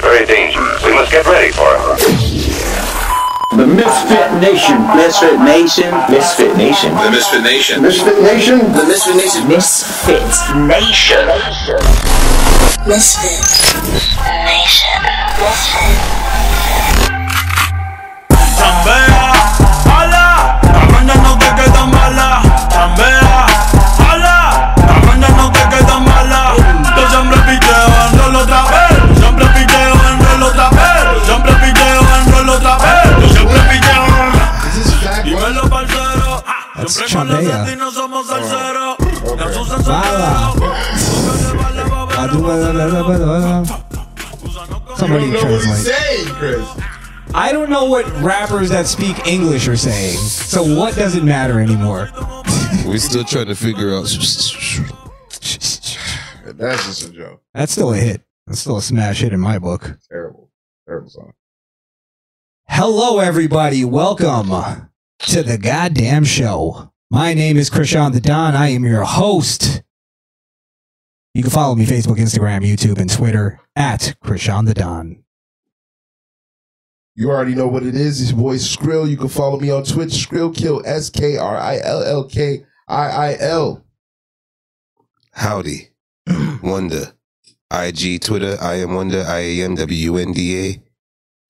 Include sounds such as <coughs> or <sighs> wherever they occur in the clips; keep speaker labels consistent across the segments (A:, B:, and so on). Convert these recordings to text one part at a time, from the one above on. A: very dangerous. We must get ready for it.
B: The Misfit Nation.
C: Misfit Nation.
B: Misfit Nation.
D: The Misfit Nation.
E: Misfit Nation.
F: The Misfit Nation.
B: Misfit Nation.
G: Misfit Nation. Misfit.
H: Chambea, ala, cabrón ya no te queda mala. Chambea, ala, cabrón ya no te queda mala. Yo siempre piteo en rol otra vez, siempre piteo en rol otra vez, siempre piteo en rol otra vez, yo siempre piteo. Dímelo parcero, ja,
I: That's
H: siempre con los
I: Chambea.
H: latinos somos salseros. La Susan
I: Baba.
E: You
I: Somebody
E: don't know what he's
I: translate.
E: saying, Chris.
I: I don't know what rappers that speak English are saying. So what does it matter anymore?
D: We still trying to figure out.
E: That's just a joke.
I: That's still a hit. That's still a smash hit in my book.
E: Terrible. Terrible song.
I: Hello, everybody. Welcome to the goddamn show. My name is Krishan the Don. I am your host. You can follow me Facebook, Instagram, YouTube, and Twitter at Krishan the Don.
E: You already know what it is. It's your boy Skrill. You can follow me on Twitch, Skrillkill, S K R I L L K I I L.
D: Howdy, <clears throat> Wonder, IG, Twitter. I am Wonder. I am W N D A.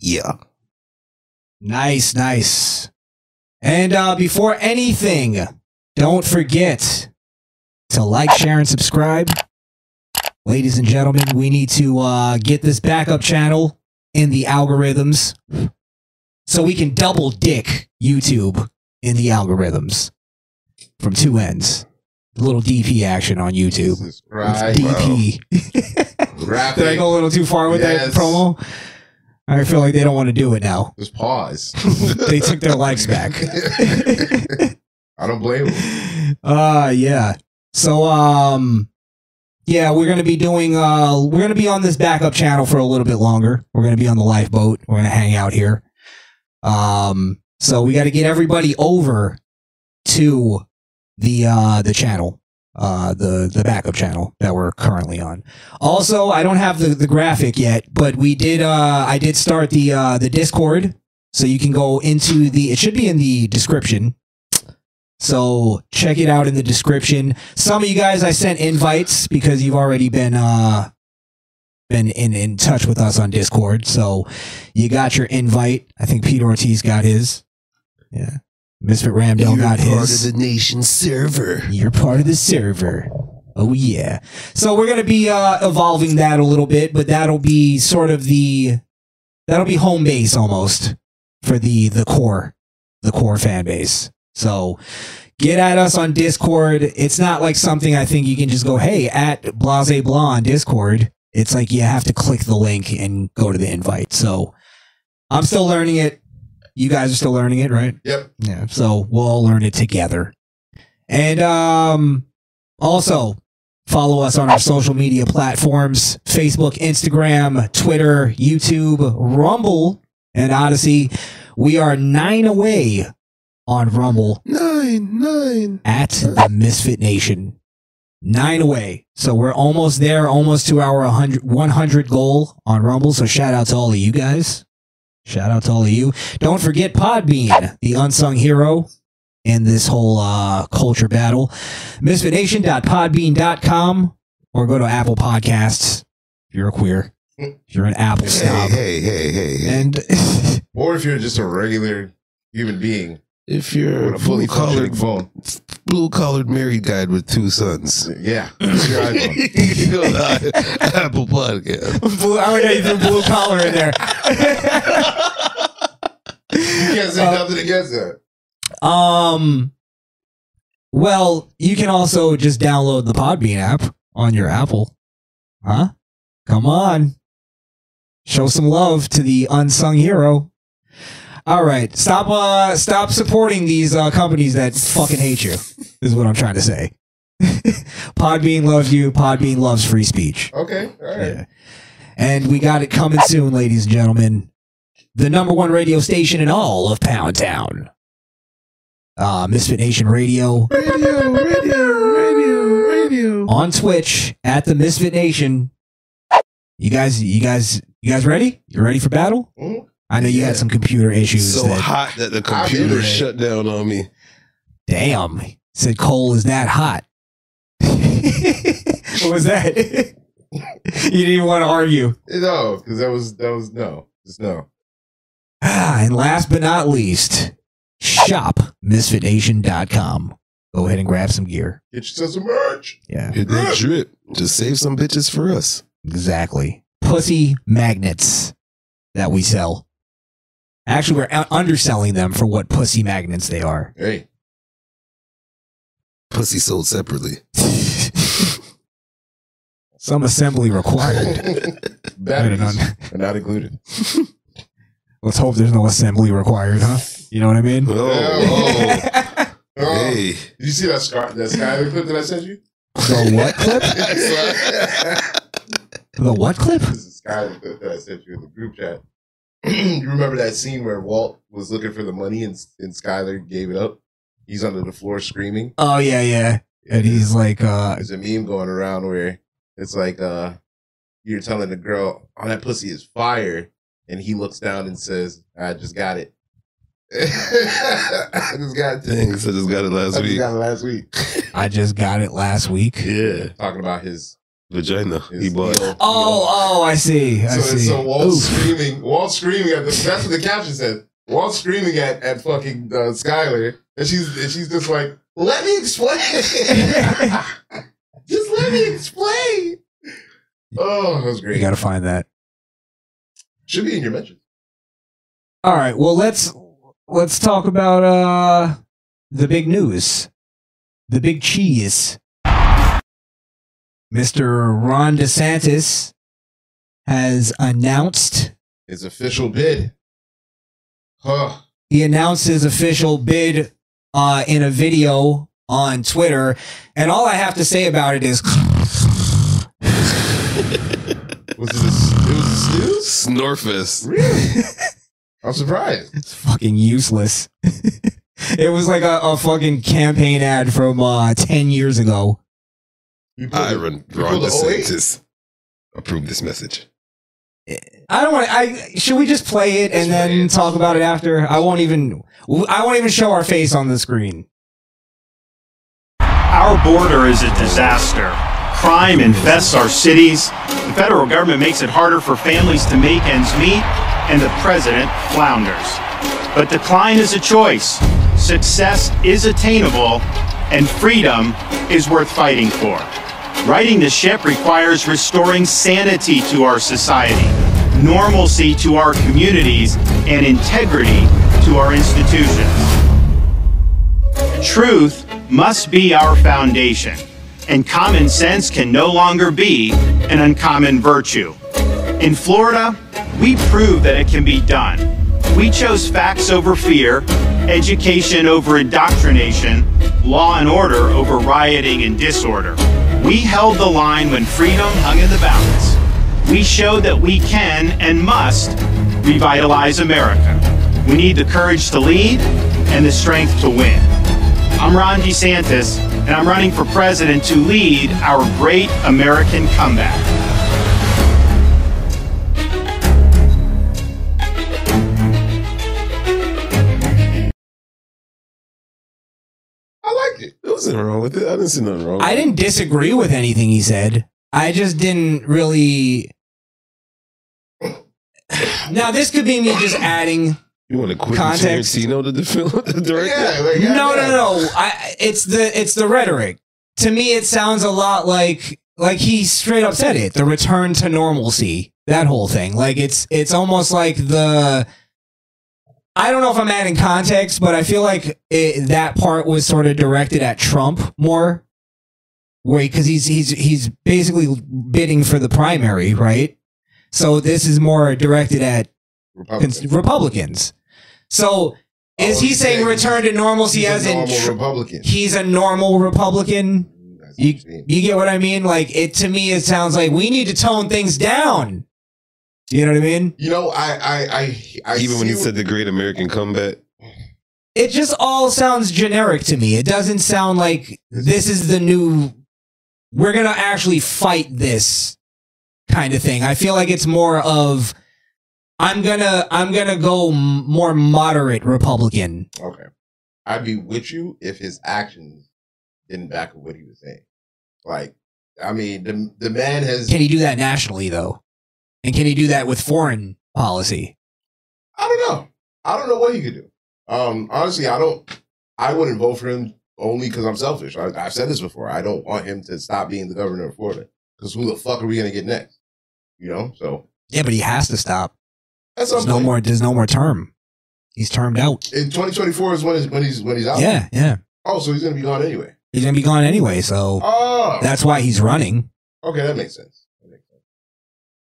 D: Yeah.
I: Nice, nice. And uh, before anything, don't forget to like, share, and subscribe. Ladies and gentlemen, we need to uh, get this backup channel in the algorithms so we can double dick YouTube in the algorithms from two ends. Little DP action on YouTube.
E: Jesus
I: It's
E: Christ.
I: DP.
E: Rap
I: <laughs> Did I go a little too far with
E: Yes.
I: that promo? I feel like they don't want to do it now
E: Just
D: <laughs>
E: pause.
I: <laughs> they took their lives back. <laughs>
E: I don't blame him.
I: uh yeah. So um yeah, we're gonna be doing uh we're gonna be on this backup channel for a little bit longer. We're gonna be on the lifeboat. We're gonna hang out here. Um so we gotta get everybody over to the uh the channel. Uh, the the backup channel that we're currently on. Also, I don't have the, the graphic yet, but we did. Uh, I did start the uh, the Discord, so you can go into the. It should be in the description so check it out in the description. Some of you guys I sent invites because you've already been uh been in, in touch with us on Discord. So you got your invite. I think Pete Ortiz got his. Yeah. Misfit Ramdell got his.
D: the nation server.
I: <laughs> You're part of the server. Oh yeah. So we're gonna be uh, evolving that a little bit, but that'll be sort of the that'll be home base almost for the the core the core fan base. So get at us on Discord. It's not like something I think you can just go, hey, at Blase Blah on Discord. It's like you have to click the link and go to the invite. So I'm still learning it. You guys are still learning it, right?
E: Yep.
I: Yeah. So we'll all learn it together. And um, also follow us on our social media platforms Facebook, Instagram, Twitter, YouTube, Rumble, and Odyssey. We are nine away on Rumble
D: Nine, nine.
I: at the Misfit Nation. Nine away. So we're almost there, almost to our 100, 100 goal on Rumble. So shout out to all of you guys. Shout out to all of you. Don't forget Podbean, the unsung hero in this whole uh, culture battle. Misfitnation.podbean.com or go to Apple Podcasts if you're a queer, if you're an Apple
D: Hey,
F: <laughs>
I: snob.
D: hey, hey, hey, hey.
I: And. <laughs>
E: Or if you're just a regular human being
D: if you're
E: with
D: a
E: a fully
D: blue collared,
E: functioning phone.
D: blue collared married guy with two <laughs> sons.
E: Yeah. It's your
F: <laughs>
D: <laughs>
E: iPhone.
D: Go to Apple Podcast.
I: Blue, I would have even blue collar in there.
E: You can't say nothing against that.
I: um, well, you can also just download the Podbean app on your Apple. Huh? Come on. Show some love to the unsung hero. All right, stop uh stop supporting these uh companies that fucking hate you. Is what I'm trying to say. <laughs> Podbean loves you. Podbean loves free speech.
E: Okay. All right.
I: Yeah. And we got it coming soon, ladies and gentlemen. The number one radio station in all of Pound Town. Uh, Misfit Nation Radio
D: Radio, radio, radio, radio.
I: on Twitch at the Misfit Nation. You guys, you guys You guys ready? You ready for battle?
F: Mhm.
I: I know you
D: Mm-hmm. Yeah.
I: had some computer issues.
D: so
I: that-
D: hot that the
F: I
D: computer
F: did it.
D: shut down on me.
I: Damn. Said Cole is that hot. <laughs> what was that? <laughs> you didn't even want to argue.
F: No, because that was that was no, It's no.
I: Ah, <sighs> and last but not least, shop misfitnation.com. Go ahead and grab some gear.
F: Get yourself some merch.
I: Yeah,
D: Hit that drip. Just save some bitches for us.
I: exactly. Pussy magnets that we sell. Actually, we're out- underselling them for what pussy magnets they are.
E: <laughs>
I: <laughs>
F: Hey,
D: Pussy sold separately.
I: Some assembly required.
F: batteries are not included.
I: Let's hope there's no assembly required, huh? You know what I mean?
D: Oh,
F: Oh,
D: <laughs> hey.
F: Did you see that scar? That sky clip that I sent
E: <laughs>
F: you?
I: <laughs>
F: <laughs>
I: the what clip? The what clip?
F: This is Skyler Cook that I sent you in the group chat. <clears throat> you remember that scene where Walt was looking for the money and, and Skyler gave it up? He's under the floor screaming.
I: Oh yeah, yeah. And he's like, uh,
F: There's a meme going around where it's like uh, you're telling the girl, oh, that pussy is fire. And he looks down and says, I just got it. <laughs> I just got it.
D: Thanks. I just got it
F: I
D: last
F: just
D: week.
F: got it last week.
I: I just got it last week.
D: Yeah.
F: Talking about his.
D: Vagina.
F: his
D: He bought.
F: deal.
I: Oh, oh, I see. I
F: So,
I: see.
F: so Walt
I: Oof.
F: screaming, Walt screaming at the. That's what the caption said. Walt screaming at at fucking uh, Skyler, and she's and she's just like, "Let me explain. <laughs> just let me explain." Oh, that was
I: We
F: great.
I: gotta find that.
F: Should be in your mentions.
I: All right. Well, let's let's talk about uh the big news, the big cheese. Mr. Ron DeSantis has announced
F: His official bid. Huh.
I: he announced his official bid uh, in a video on Twitter, and all I have to say about it is <laughs>
F: Was it? A, it was a snooze.
D: Snorfest.
F: Really? I'm surprised.
I: it's fucking useless. <laughs> it was like a, a fucking campaign ad from uh, ten years ago.
F: You pulled
D: I
F: it.
D: run
F: You
D: Ron
F: pulled the 08?
D: DeSantis. Approve this message.
I: I don't want. I should we just play it and then talk about it after? I won't even. I won't even show our face on the screen.
C: Our border is a disaster. Crime infests our cities. The federal government makes it harder for families to make ends meet, and the president flounders. But decline is a choice. Success is attainable, and freedom is worth fighting for. Righting the ship requires restoring sanity to our society, normalcy to our communities, and integrity to our institutions. Truth must be our foundation, and common sense can no longer be an uncommon virtue. In Florida, we prove that it can be done. We chose facts over fear, education over indoctrination, law and order over rioting and disorder. We held the line when freedom hung in the balance. We showed that we can and must revitalize America. We need the courage to lead and the strength to win. I'm Ron DeSantis, and I'm running for president to lead our great American comeback.
F: I liked it.
D: There wasn't wrong with it. I didn't see nothing wrong.
I: I didn't disagree with anything he said. I just didn't really. <sighs> Now this could be me just adding
D: You want to quit
I: Context.
D: Tarantino to the film? <laughs> The director?
F: Yeah, like, yeah,
I: no,
F: yeah.
I: no, no. I, it's the it's the rhetoric. To me, it sounds a lot like like he straight up said it. The return to normalcy, that whole thing. Like it's it's almost like the. I don't know if I'm adding context, but I feel like it, that part was sort of directed at Trump more. Wait, because he's he's he's basically bidding for the primary, right? So this is more directed at
F: Republicans.
I: cons- Republicans. So
F: Oh,
I: is he
F: he's
I: saying
F: saying
I: return to normalcy
F: He's a
I: as in
F: normal
I: tr-
F: Republican.
I: he's a normal Republican?
F: That's what
I: You,
F: you mean.
I: you get what I mean? Like it to me, it sounds like we need to tone things down. You know what I mean?
F: You know, I, I, I, I
D: Even when he
F: see
D: said the Great American Comeback,
I: It just all sounds generic to me. It doesn't sound like this is the new. We're gonna actually fight this kind of thing. I feel like it's more of I'm gonna I'm gonna go m- more moderate Republican.
F: Okay. I'd be with you if his actions didn't back up what he was saying. Like, I mean, the the man has.
I: Can he do that nationally though? And can he do that with foreign policy?
F: I don't know. I don't know what he could do. Um, honestly, I don't. I wouldn't vote for him only because I'm selfish. I, I've said this before. I don't want him to stop being the governor of Florida because who the fuck are we gonna get next? You know. So
I: Yeah, but he has to stop.
F: that's
I: There's no more. There's no more term. He's termed out.
F: In 2024 is when he's when he's when he's out.
I: Yeah, yeah.
F: Oh, so he's gonna be gone anyway.
I: He's gonna be gone anyway, so
F: Oh.
I: that's why he's running.
F: okay. That makes sense. That makes sense.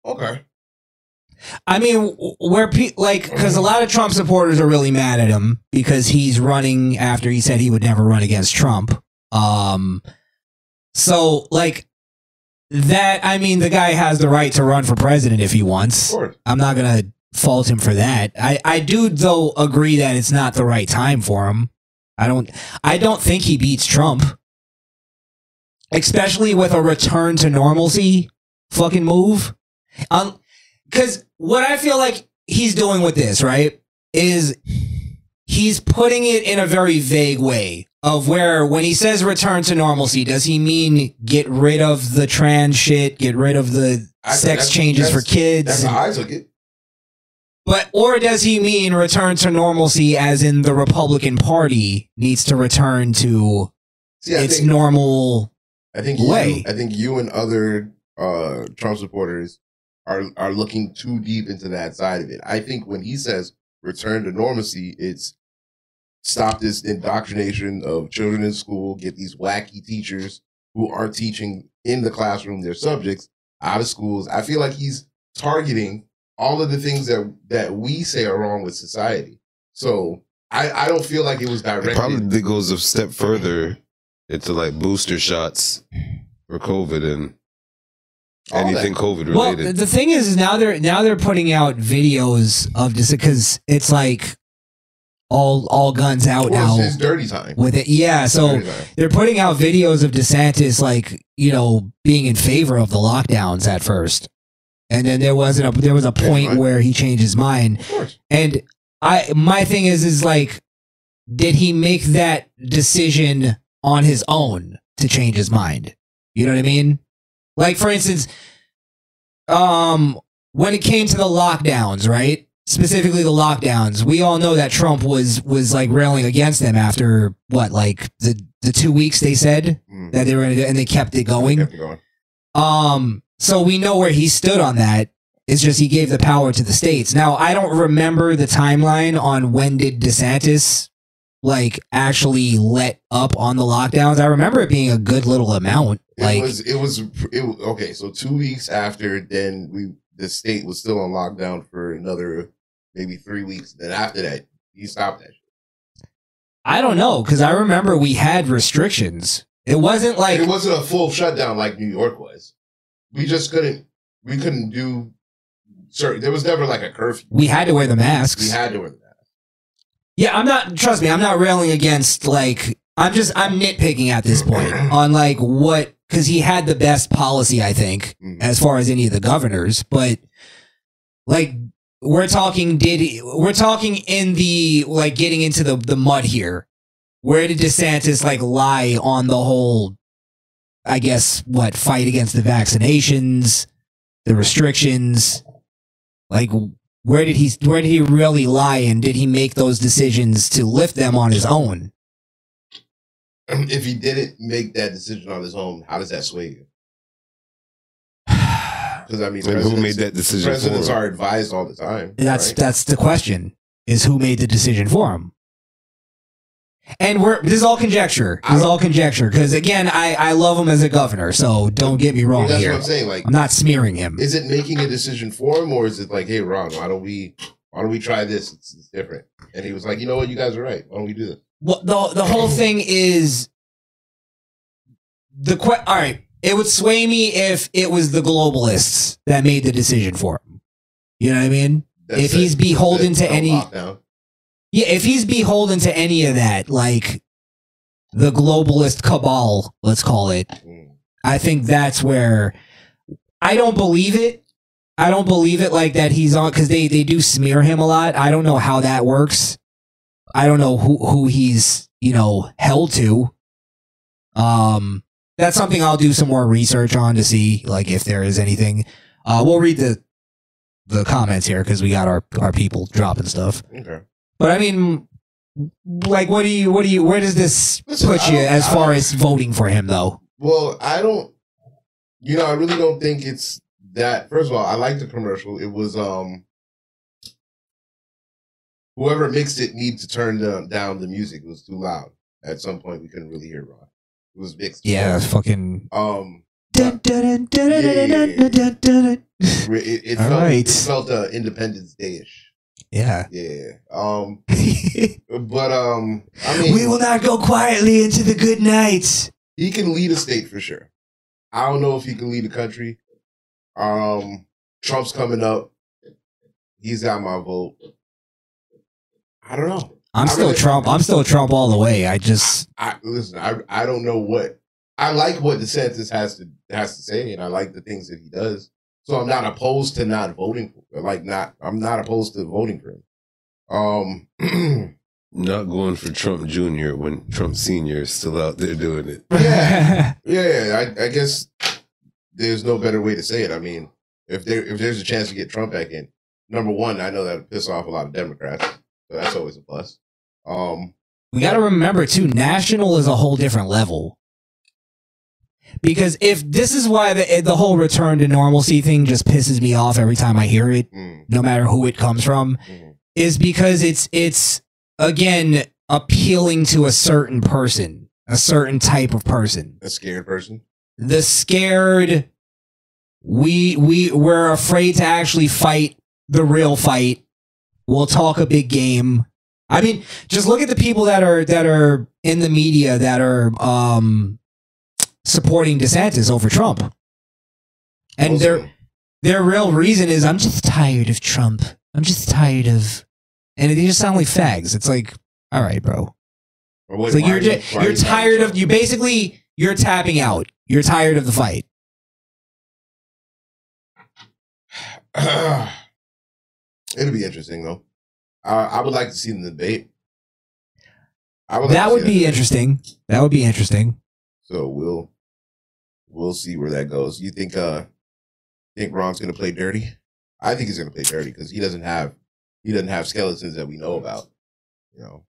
F: Okay.
I: I mean, w- where pe- like because a lot of Trump supporters are really mad at him because he's running after he said he would never run against Trump. Um, so like that. I mean, the guy has the right to run for president if he
F: Of
I: wants.
F: course.
I: I'm not gonna fault him for that. I I do though agree that it's not the right time for him. I don't I don't think he beats Trump, especially with a return to normalcy fucking move. Um, because what I feel like he's doing with this right is he's putting it in a very vague way of where when he says return to normalcy, does he mean get rid of the trans shit, get rid of the
F: I-
I: sex
F: that's-
I: changes for
F: that's-
I: kids?
F: That's
I: and-
F: how I took it.
I: but or does he mean return to normalcy as in the Republican Party needs to return to
F: See, I
I: its
F: think,
I: normal
F: I think
I: way.
F: You, I think you and other uh, Trump supporters are are looking too deep into that side of it. I think when he says return to normalcy, it's stop this indoctrination of children in school, get these wacky teachers who aren't teaching in the classroom their subjects out of schools. I feel like he's targeting all of the things that that we say are wrong with society. So I, I don't feel like it was
D: It
F: directed.
D: probably goes a step further into like booster shots for COVID and
F: All that.
D: anything COVID
I: Well,
D: related.
I: the the thing is, is now they're now they're putting out videos of this because it's like all all guns out
F: Well,
I: now
F: it's his dirty time.
I: with it. Yeah, so
F: Dirty time.
I: they're putting out videos of DeSantis like you know being in favor of the lockdowns at first, and then there wasn't a there was a point
F: right.
I: where he changed his mind.
F: Of course.
I: And I my thing is is like did he make that decision on his own to change his mind? You know what I mean? Like for instance um when it came to the lockdowns, right? Specifically the lockdowns. We all know that Trump was was like railing against them after what like the the 2 weeks they said
F: Mm.
I: that they were going to and they kept it going.
F: Kept it going.
I: Um, so we know where he stood on that. It's just he gave the power to the states. Now I don't remember the timeline on when did DeSantis like actually let up on the lockdowns. I remember it being a good little amount.
F: It
I: Like
F: was it was it was, okay. So two weeks after, then we the state was still on lockdown for another maybe three weeks. Then after that, he stopped that. shit.
I: I don't know because I remember we had restrictions. It wasn't like
F: it wasn't a full shutdown like New York was. We just couldn't we couldn't do certain. There was never like a curfew.
I: we had to wear the
F: We
I: masks.
F: had to wear that. <clears throat>
I: Yeah, I'm not. Trust me, I'm not railing against. Like, I'm just I'm nitpicking at this point on like what because he had the best policy, I think,
F: Mhm.
I: as far as any of the governors. But like, we're talking did he- we're talking in the like getting into the the mud here. Where did DeSantis like lie on the whole? I guess what fight against the vaccinations, the restrictions, like where did he where did he really lie and did he make those decisions to lift them on his own
F: If he didn't make that decision on his own, how does that sway
I: <sighs>
F: you? Because I mean,
D: and who
F: presidents-
D: made that decision?
F: Presidents
D: for him?
F: are advised all the time.
I: that's
F: right?
I: that's the question is who made the decision for him and we're this is all conjecture this is all conjecture because again i i love him as a governor so don't get me wrong
F: That's
I: here
F: what I'm saying. Like
I: i'm not smearing him
F: is it making a decision for him or is it like hey ron why don't we why don't we try this it's, it's different and he was like you know what you guys are right why don't we do this
I: Well, the the whole thing is the que- all right. It would sway me if it was the globalists that made the decision for him. You know what I mean?
F: That's
I: If
F: it.
I: he's beholden
F: That's
I: to
F: no
I: any-
F: lockdown.
I: Yeah, if he's beholden to any of that, like the globalist cabal, let's call it,
F: Mm.
I: I think that's where I don't believe it. I don't believe it like that he's on because they, they do smear him a lot. I don't know how that works. I don't know who, who he's, you know, held to. Um, that's something I'll do some more research on to see like if there is anything. Uh, we'll read the the comments here because we got our, our people dropping stuff.
F: Okay.
I: But I mean, like, what do you, what do you, where does this
F: Listen,
I: put
F: I
I: you
F: don't-
I: as
F: I
I: far
F: don't-
I: as voting for him, though?
F: Well, I don't. You know, I really don't think it's that. First of all, I like the commercial. It was um. Whoever mixed it needed to turn the, down the music. It was too loud. At some point, we couldn't really hear Ron. It was mixed.
I: Yeah, fucking.
F: Um.
I: Dun, dun, dun, dun, dun, dun, dun, dun, dun, dun, dun.
F: It, it, it
I: All
F: felt,
I: right.
F: it felt uh, Independence Day ish.
I: Yeah. <laughs>
F: Yeah. Um.
I: we
F: But um. I mean,
I: will not go quietly into the good night.
F: he can lead a state for sure. I don't know if he can lead a country. Um, Trump's coming up. He's got my vote. I don't know.
I: I'm
F: I
I: still
F: really-
I: Trump. I'm still Trump all the way. I just,
F: I listen. I I don't know what. I like what DeSantis has to has to say, and I like the things that he does. So I'm not opposed to not voting for. Like not, I'm not opposed to voting for him. Um, <clears throat>
D: Not going for Trump Jr. when Trump Sr. is still out there doing
F: <laughs>
D: it.
F: yeah, yeah. I, I guess there's no better way to say it. I mean, if there if there's a chance to get Trump back in, number one, I know that would piss off a lot of Democrats, so that's always a plus. Um,
I: <laughs> we got to remember too. National is a whole different level. Because if this is why the the whole return to normalcy thing just pisses me off every time I hear it,
F: mm,
I: no matter who it comes from,
F: mm,
I: is because it's it's again appealing to a certain person, a certain type of person.
F: a scared person.
I: The scared we we we're afraid to actually fight the real fight. We'll talk a big game. I mean, just look at the people that are that are in the media that are um supporting DeSantis over Trump. And
F: Most
I: they're
F: of them.
I: their real reason is I'm just tired of Trump. I'm just tired of, and they just sound like fags. It's like, all right, bro.
F: Or what-
I: It's like
F: why
I: you're
F: are you-
I: just,
F: why are
I: you're
F: you buying
I: tired of
F: Trump?
I: you. Basically, you're tapping out. You're tired of the fight.
F: <sighs> It'll be interesting though. I, I would like to see the debate. I like
I: That
F: to
I: would
F: see
I: be interesting. That would be interesting.
F: So we'll we'll see where that goes. You think uh think Ron's gonna play dirty? I think he's gonna play dirty because he doesn't have he doesn't have skeletons that we know about. You know,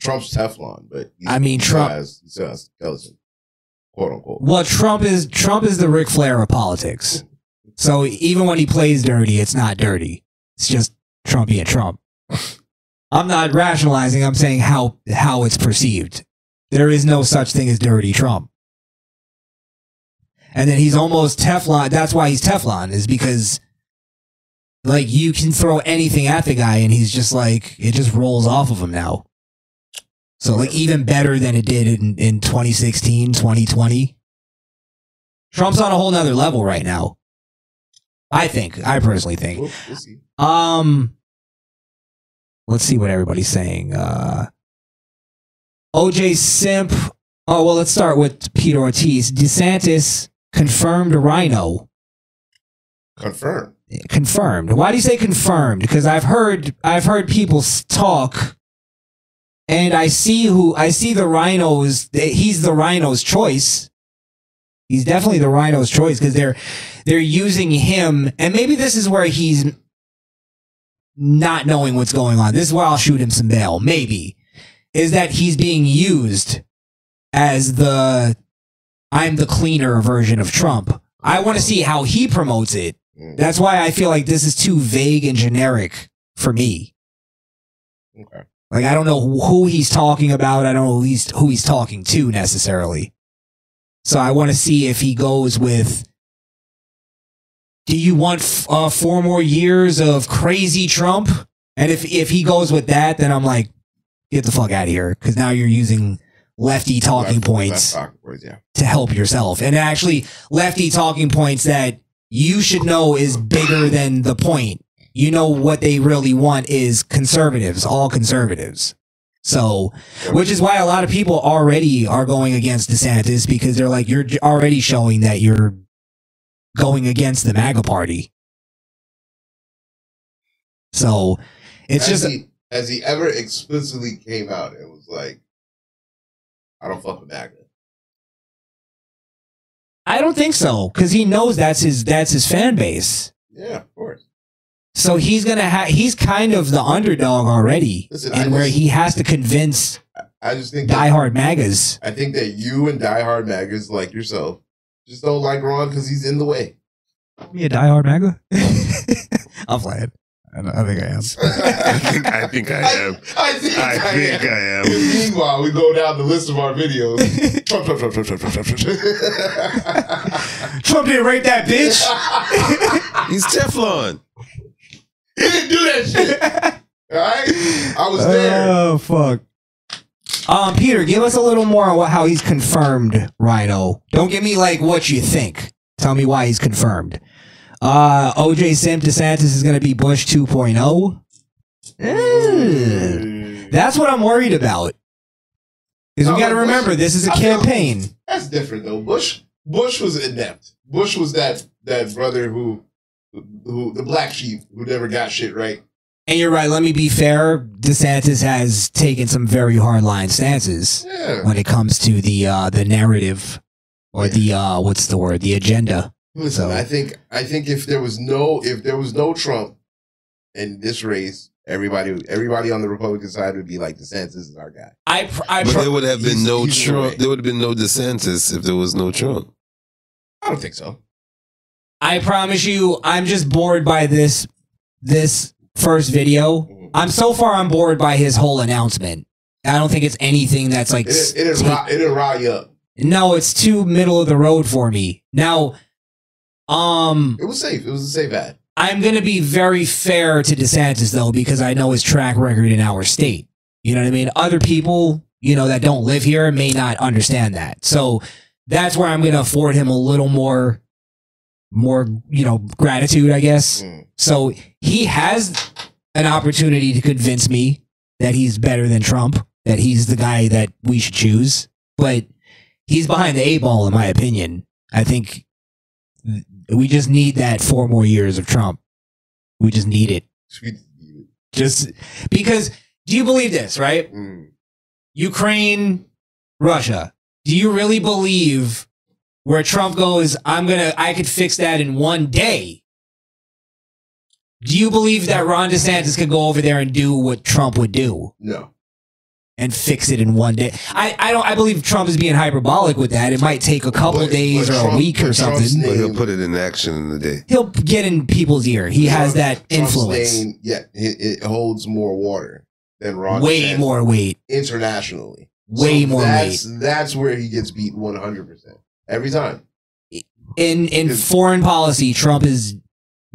F: Trump's Teflon, but he's-
I: I mean,
F: he still
I: Trump-
F: has, he still has skeleton, quote unquote.
I: Well, Trump is Trump is the Ric Flair of politics. So even when he plays dirty, it's not dirty. It's just Trump being Trump. <laughs> I'm not rationalizing. I'm saying how how it's perceived. There is no such thing as dirty Trump. And then he's almost Teflon. That's why he's Teflon is because like you can throw anything at the guy and he's just like it just rolls off of him now. So like even better than it did in, in 2016, 2020. Trump's on a whole nother level right now. I think. I personally think.
F: We'll, we'll see.
I: Um, let's see what everybody's saying. Uh, OJ Simp. Oh well, let's start with Peter Ortiz. DeSantis confirmed Rhino.
F: Confirm.
I: Confirmed. Why do you say confirmed? Because I've heard I've heard people s- talk, and I see who I see the Rhinos. that He's the Rhino's choice. He's definitely the Rhino's choice because they're they're using him, and maybe this is where he's not knowing what's going on. This is where I'll shoot him some bail, maybe, is that he's being used as the I'm the cleaner version of Trump. I want to see how he promotes it.
F: Mm.
I: That's why I feel like this is too vague and generic for me.
F: Okay.
I: Like I don't know who- who he's talking about. I don't know who he's, who he's talking to necessarily. So I want to see if he goes with. Do you want f- uh, four more years of crazy Trump? And if if he goes with that, then I'm like, get the fuck out of here because now you're using lefty talking
F: Left-
I: points
F: left Talking points. Yeah.
I: to help yourself. And actually, lefty talking points that you should know is bigger than the point. You know what they really want is conservatives, all conservatives. So, which is why a lot of people already are going against DeSantis because they're like, you're j- already showing that you're going against the MAGA party. So it's
F: Has
I: just
F: he, has he ever explicitly came out and was like, "I don't fuck with MAGA."
I: I don't think so because he knows that's his that's his fan base.
F: Yeah, of course.
I: So he's gonna ha- he's kind of the underdog already,
F: Listen, I
I: and where
F: just-
I: he has to convince
F: I just think that,
I: diehard MAGAs.
F: I think that you and diehard MAGAs like yourself just don't like Ron because he's in the way.
I: Me a diehard MAGA? <laughs> I'm flying. I, don't- I think I
D: <laughs>
I: am. <laughs>
D: I think I think I am.
F: I think
D: <laughs>
F: I,
D: I think
F: am.
D: I am.
F: Meanwhile, we go down the list of our
D: <laughs>
F: videos. Trump, Trump, Trump, Trump, Trump, Trump, Trump, Trump.
I: Trump didn't rape that bitch.
D: He's Teflon.
F: <laughs> he didn't do that shit. All right, I was there.
I: Oh fuck. Um, Peter, give us a little more on what, how he's confirmed Rhino. Don't give me like what you think. Tell me why he's confirmed. Uh, OJ Sim DeSantis is going to be Bush oh. 2.0. Ew. That's what I'm worried about. Because we got to remember, this is a campaign.
F: That's different though. Bush, Bush was inept. Bush was that that brother who, who the black sheep who never got shit right.
I: And you're right. Let me be fair. DeSantis has taken some very hard line stances
F: Yeah.
I: when it comes to the uh, the narrative or the uh, what's the word? The agenda.
F: Listen,
I: So-
F: I think I think if there was no if there was no Trump in this race, everybody everybody on the Republican side would be like DeSantis is our guy.
I: I pr- I
D: But there would have been
F: He's-
D: no
F: he's
D: Trump.
F: right.
D: There would have been no DeSantis if there was no Trump.
F: I don't think so.
I: I promise you, I'm just bored by this this first video.
F: Mm-hmm.
I: I'm so far on board by his whole announcement. I don't think it's anything that's like
F: It it is ri- it is rile you up.
I: no, it's too middle of the road for me. Now, um,
F: It was safe. It was a safe ad.
I: I'm gonna be very fair to DeSantis though because I know his track record in our state. You know what I mean? Other people, you know, that don't live here may not understand that. So that's where I'm gonna afford him a little more, more you know gratitude, I guess.
F: Mm.
I: So he has an opportunity to convince me that he's better than Trump, that he's the guy that we should choose. But he's behind the eight ball, in my opinion. I think th- we just need that four more years of Trump. We just need it.
F: Sweet.
I: Just because, do you believe this, right?
F: Mm.
I: Ukraine, Russia. Do you really believe where Trump goes, I'm going to, I could fix that in one day? Do you believe that Ron DeSantis could go over there and do what Trump would do
F: No.
I: and fix it in one day? I, I don't, I believe Trump is being hyperbolic with that. It might take a couple
F: But-
I: days
F: but
I: or a
F: Trump-
I: week or
F: but
I: something.
F: Trump's name-
D: But he'll put it in action in the day.
I: He'll get in people's ear. He has that
F: Trump's
I: influence.
F: name, yeah, it, it holds more water than Ron.
I: Way
F: DeSantis
I: more weight.
F: internationally.
I: Way
F: So
I: more weight.
F: that's, That's where he gets beat one hundred percent every time.
I: in in
F: Is-
I: foreign policy, Trump is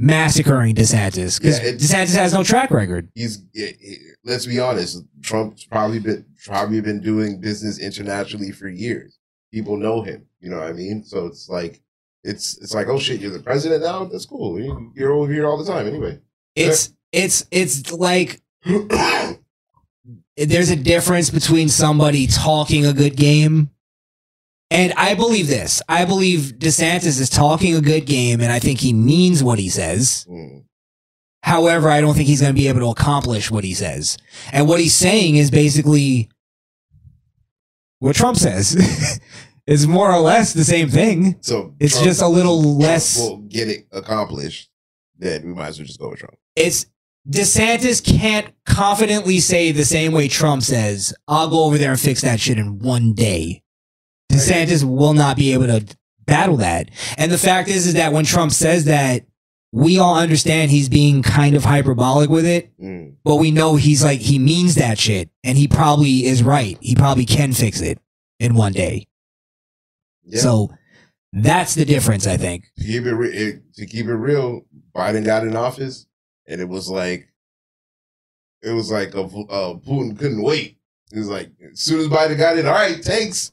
I: massacring DeSantis because
F: Yeah, it-
I: DeSantis has no track record.
F: He's it, it- let's be honest. Trump's probably been probably been doing business internationally for years. People know him. You know what I mean? So it's like it's it's like oh shit, you're the president now. That's cool. You- You're over here all the time anyway.
I: It's it's it's like <coughs> there's a difference between somebody talking a good game. And I believe this. I believe DeSantis is talking a good game, and I think he means what he says.
F: Mm.
I: However, I don't think he's going to be able to accomplish what he says. And what he's saying is basically what Trump says. <laughs> it's more or less the same thing.
F: So
I: It's just a little
F: Trump
I: less-
F: will get it accomplished. Then we might as well just go with Trump.
I: it's DeSantis can't confidently say the same way Trump says, I'll go over there and fix that shit in one day. DeSantis will not be able to battle that. And the fact is, is that when Trump says that, we all understand he's being kind of hyperbolic with it,
F: Mm.
I: but we know he's like, he means that shit. And he probably is right. He probably can fix it in one day.
F: Yeah.
I: So that's the difference, I think.
F: to keep it, re- it to keep it real, Biden got in office, and it was like, it was like a, uh, Putin couldn't wait. It was like as soon as Biden got in, all right, thanks,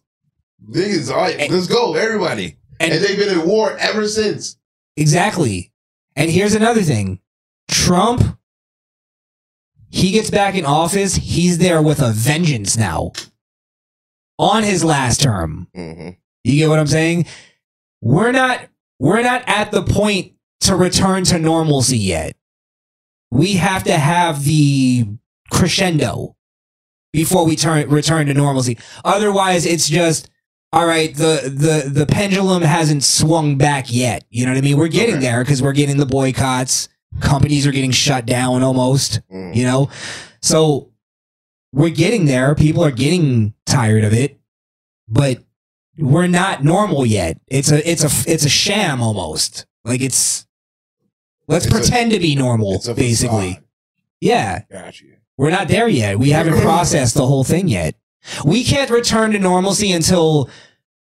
F: niggas, all right, let's go, everybody.
I: And-
F: And, they've been in war ever since.
I: Exactly. And here's another thing Trump, he gets back in office. He's there with a vengeance now on his last term.
F: Mm-hmm.
I: You get what I'm saying? We're not we're not at the point to return to normalcy yet. We have to have the crescendo before we turn return to normalcy. Otherwise, it's just all right. The the the pendulum hasn't swung back yet. You know what I mean? We're getting there because we're getting the boycotts. Companies are getting shut down almost. You know, so we're getting there. People are getting tired of it, but we're not normal yet. It's a it's a it's a sham almost. Like it's let's
F: It's a-
I: pretend to be normal
F: it's a
I: basically.
F: facade.
I: Yeah.
F: Got you.
I: We're not there yet. We haven't processed the whole thing yet. We can't return to normalcy until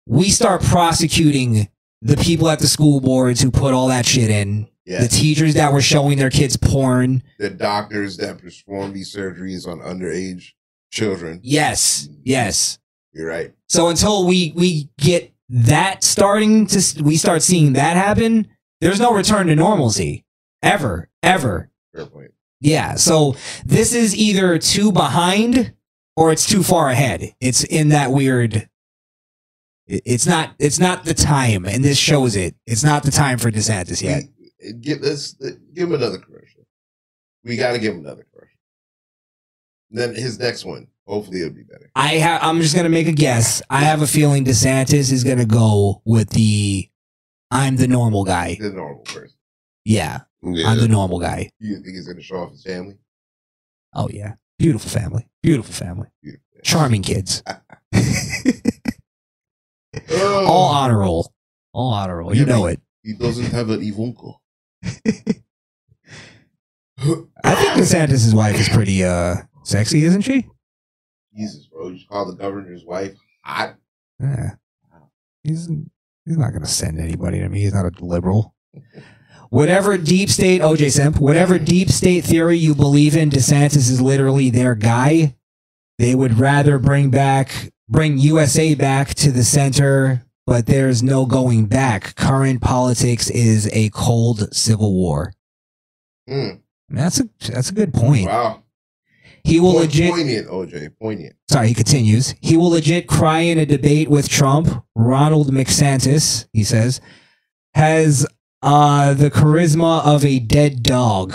I: we start prosecuting the people at the school boards who put all that shit in.
F: Yeah.
I: The teachers that were showing their kids porn.
F: The doctors that perform these surgeries on underage children.
I: Yes. Yes.
F: You're right.
I: So until we we get that starting to s- we start seeing that happen, there's no return to normalcy ever ever.
F: Fair point.
I: Yeah. So this is either too behind or it's too far ahead. It's in that weird. it- It's not. It's not the time, and this shows it. It's not the time for DeSantis yet.
F: We- eh, Give us give him another commercial. We got to give him another commercial. Then his next one, hopefully, it'll be better.
I: I ha- I'm just gonna make a guess. I have a feeling DeSantis is gonna go with the "I'm the normal guy."
F: The normal person.
I: Yeah,
D: Yeah.
I: I'm the normal guy.
F: You think he's going to show off his family?
I: Oh yeah, beautiful family, beautiful family, charming kids.
F: Oh,
I: <laughs> All honor roll, all honor roll. You know it.
F: he doesn't have an Ivunko.
I: I think DeSantis' wife is pretty uh sexy, isn't she?
F: Jesus, bro. You should call the governor's wife hot.
I: Yeah. He's he's not gonna send anybody to me. He's not a
F: <laughs>
I: liberal. Whatever deep state OJ Simp, whatever deep state theory you believe in, DeSantis is literally their guy. They would rather bring back bring USA back to the center, but there's no going back. Current politics is a cold civil war.
F: Hmm.
I: That's a that's a good point.
F: Wow.
I: He will
F: Point-
I: legit
F: Poignant, OJ. Poignant.
I: sorry, he continues. He will legit cry in a debate with Trump. Ronald McSantis, he says, has uh, the charisma of a dead dog.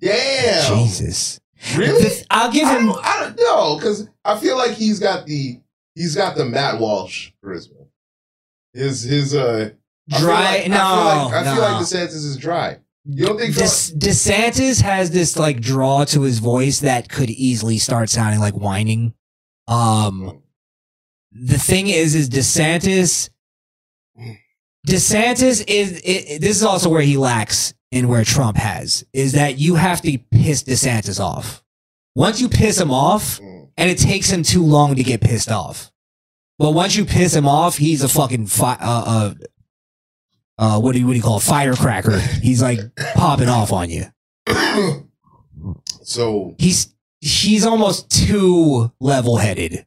F: Damn.
I: Jesus.
F: Really?
I: This- I'll give
F: I
I: him.
F: don't, I don't know because I feel like he's got the he's got the Matt Walsh charisma. His his uh I feel
I: Dry-
F: like- I feel
I: no,
F: like- I feel
I: no.
F: like DeSantis is dry. You don't think?
I: Des- DeSantis has this like draw to his voice that could easily start sounding like whining. Um, the thing is, is DeSantis. DeSantis is i i- this is also where he lacks and where Trump has is that you have to piss DeSantis off. Once you piss him off,
F: Mm.
I: and it takes him too long to get pissed off. But once you piss him off, he's a fucking fi- uh, uh, uh, what do you what do you call it? firecracker? He's like popping off on you.
F: so
I: He's he's almost too level headed.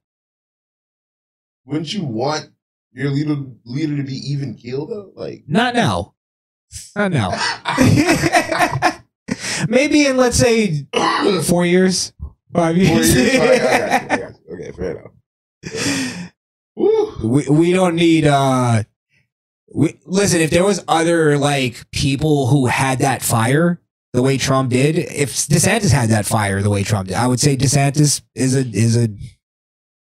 F: wouldn't you want your leader leader to be even keel though?
I: <laughs>
F: Like
I: Not now. Not now. <laughs> Maybe in let's say
F: four
I: four years, five years.
F: years? I got- I got you, I got you. Okay, fair enough. Woo.
I: <laughs> we we don't need uh we listen if there was other like people who had that fire the way Trump did if DeSantis had that fire the way Trump did I would say DeSantis is a is a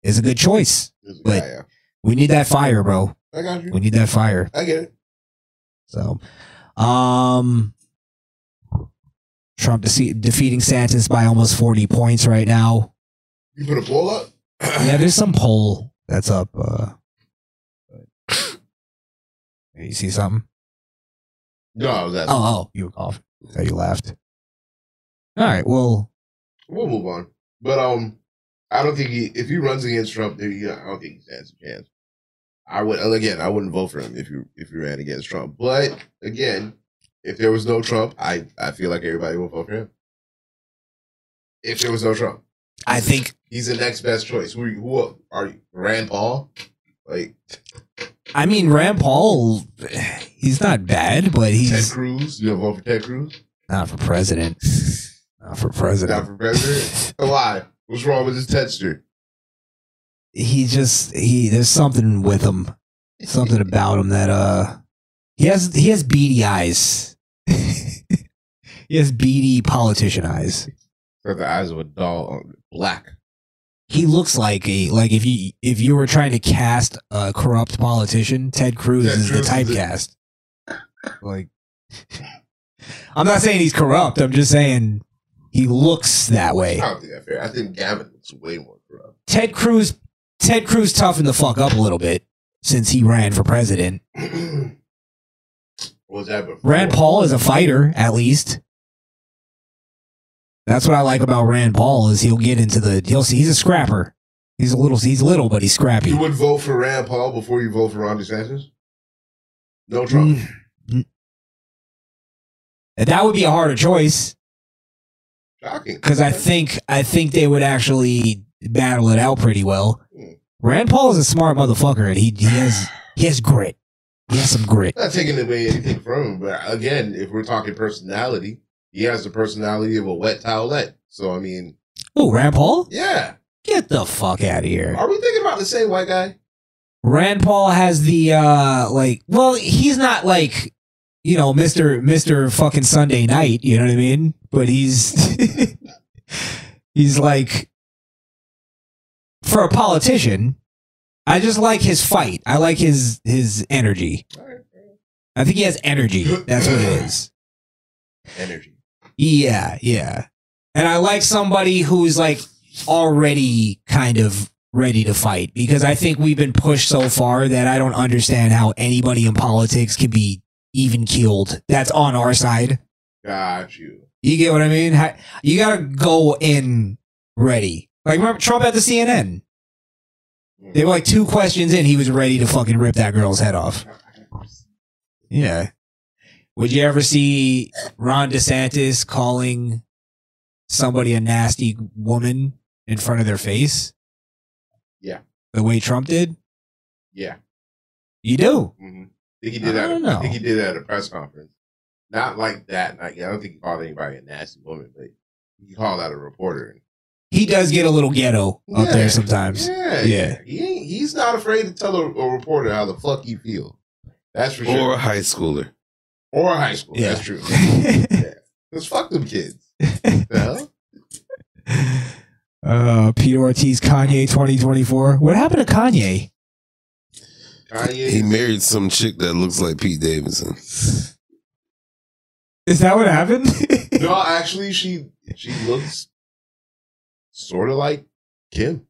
I: is a good choice
F: There's a guy,
I: But-
F: yeah.
I: we need that fire bro
F: I got you.
I: we need that fire
F: I get it.
I: so um Trump dece- defeating Santis by almost 40 points right now
F: You put a poll up.
I: yeah there's some poll that's up uh you see something
F: No, I was asking.
I: Oh, oh, you were off. So you laughed. All right. Well,
F: We'll move on. But um, I don't think he if he runs against Trump, then he, I don't think he stands a chance. I would and again. I wouldn't vote for him if you if you ran against Trump. But again, if there was no Trump, I I feel like everybody will vote for him. If there was no Trump,
I: I think
F: he's the next best choice. Who who are you? Rand Paul? Like
I: I mean Rand Paul. He's not bad, but
F: Ted
I: he's
F: Cruz? You gonna vote for Ted Cruz?
I: not for president. <laughs> Not for
F: Not
I: president.
F: for <laughs> president? Why? What's wrong with his texture?
I: He just he. There's something with him. Something about him that uh. He has he has beady eyes. <laughs> he has beady politician eyes.
F: Got the eyes of a doll, black.
I: He looks like a like if you if you were trying to cast a corrupt politician, Ted Cruz
F: Ted
I: is
F: Cruz
I: the
F: is it.
I: typecast. like <laughs> I'm not saying he's corrupt. I'm just saying he looks that way.
F: I don't think that's fair. I think Gavin looks way more corrupt.
I: Ted Cruz Ted Cruz toughened the fuck up a little bit since he ran for president.
F: What was that before?
I: Rand Paul is a fighter, at least. That's what I like about Rand Paul is he'll get into the he'll see he's a scrapper. He's a little he's little, but he's scrappy.
F: You would vote for Rand Paul before you vote for Ron DeSantis?
I: Mm.
F: No Trump.
I: And That would be a harder choice
F: Shocking.
I: because I think I think they would actually battle it out pretty well. Rand Paul is a smart motherfucker, and he, he has he has grit. He has some grit.
F: Not taking away anything from him, but again, if we're talking personality, he has the personality of a wet towelette. So I mean,
I: Oh, Rand Paul,
F: yeah.
I: get the fuck out of here.
F: Are we thinking about the same white guy?
I: Rand Paul has the uh like well he's not like you know Mr. Mr. fucking Sunday night, you know what I mean? But he's <laughs> he's like for a politician, I just like his fight. I like his his energy. I think he has energy. That's what it is.
F: Energy.
I: Yeah, yeah. And I like somebody who's like already kind of ready to fight because I think we've been pushed so far that I don't understand how anybody in politics can be even keeled. That's on our side.
F: Got you.
I: You get what I mean? How- You got to go in ready. Like remember Trump at the CNN?
F: Mm-hmm.
I: They were like two questions in, he was ready to fucking rip that girl's head off. Yeah. Would you ever see Ron DeSantis calling somebody a nasty woman in front of their face?
F: Yeah.
I: The way Trump did?
F: Yeah.
I: You do.
F: hmm I think he did
I: I
F: that.
I: don't
F: I
I: know.
F: think he did that at a press conference. Not like that. Like, I don't think he called anybody a nasty woman, but he called out a reporter.
I: He does get a little ghetto up
F: Yeah.
I: there sometimes. <laughs>
F: Yeah,
I: Yeah.
F: He ain't, he's not afraid to tell a, a reporter how the fuck he feel. That's for
D: Or
F: sure.
D: a high schooler.
F: Or high school.
I: Yeah.
F: That's true. <laughs> Cause fuck them
I: <laughs>
F: kids. The hell?
I: uh, Peter Ortiz, Kanye 2024. What happened to Kanye?
D: He
F: Kanye.
D: married some chick that looks like Pete Davidson.
I: Is that what
F: <laughs>
I: happened?
F: no, actually, she she looks sort of like Kim.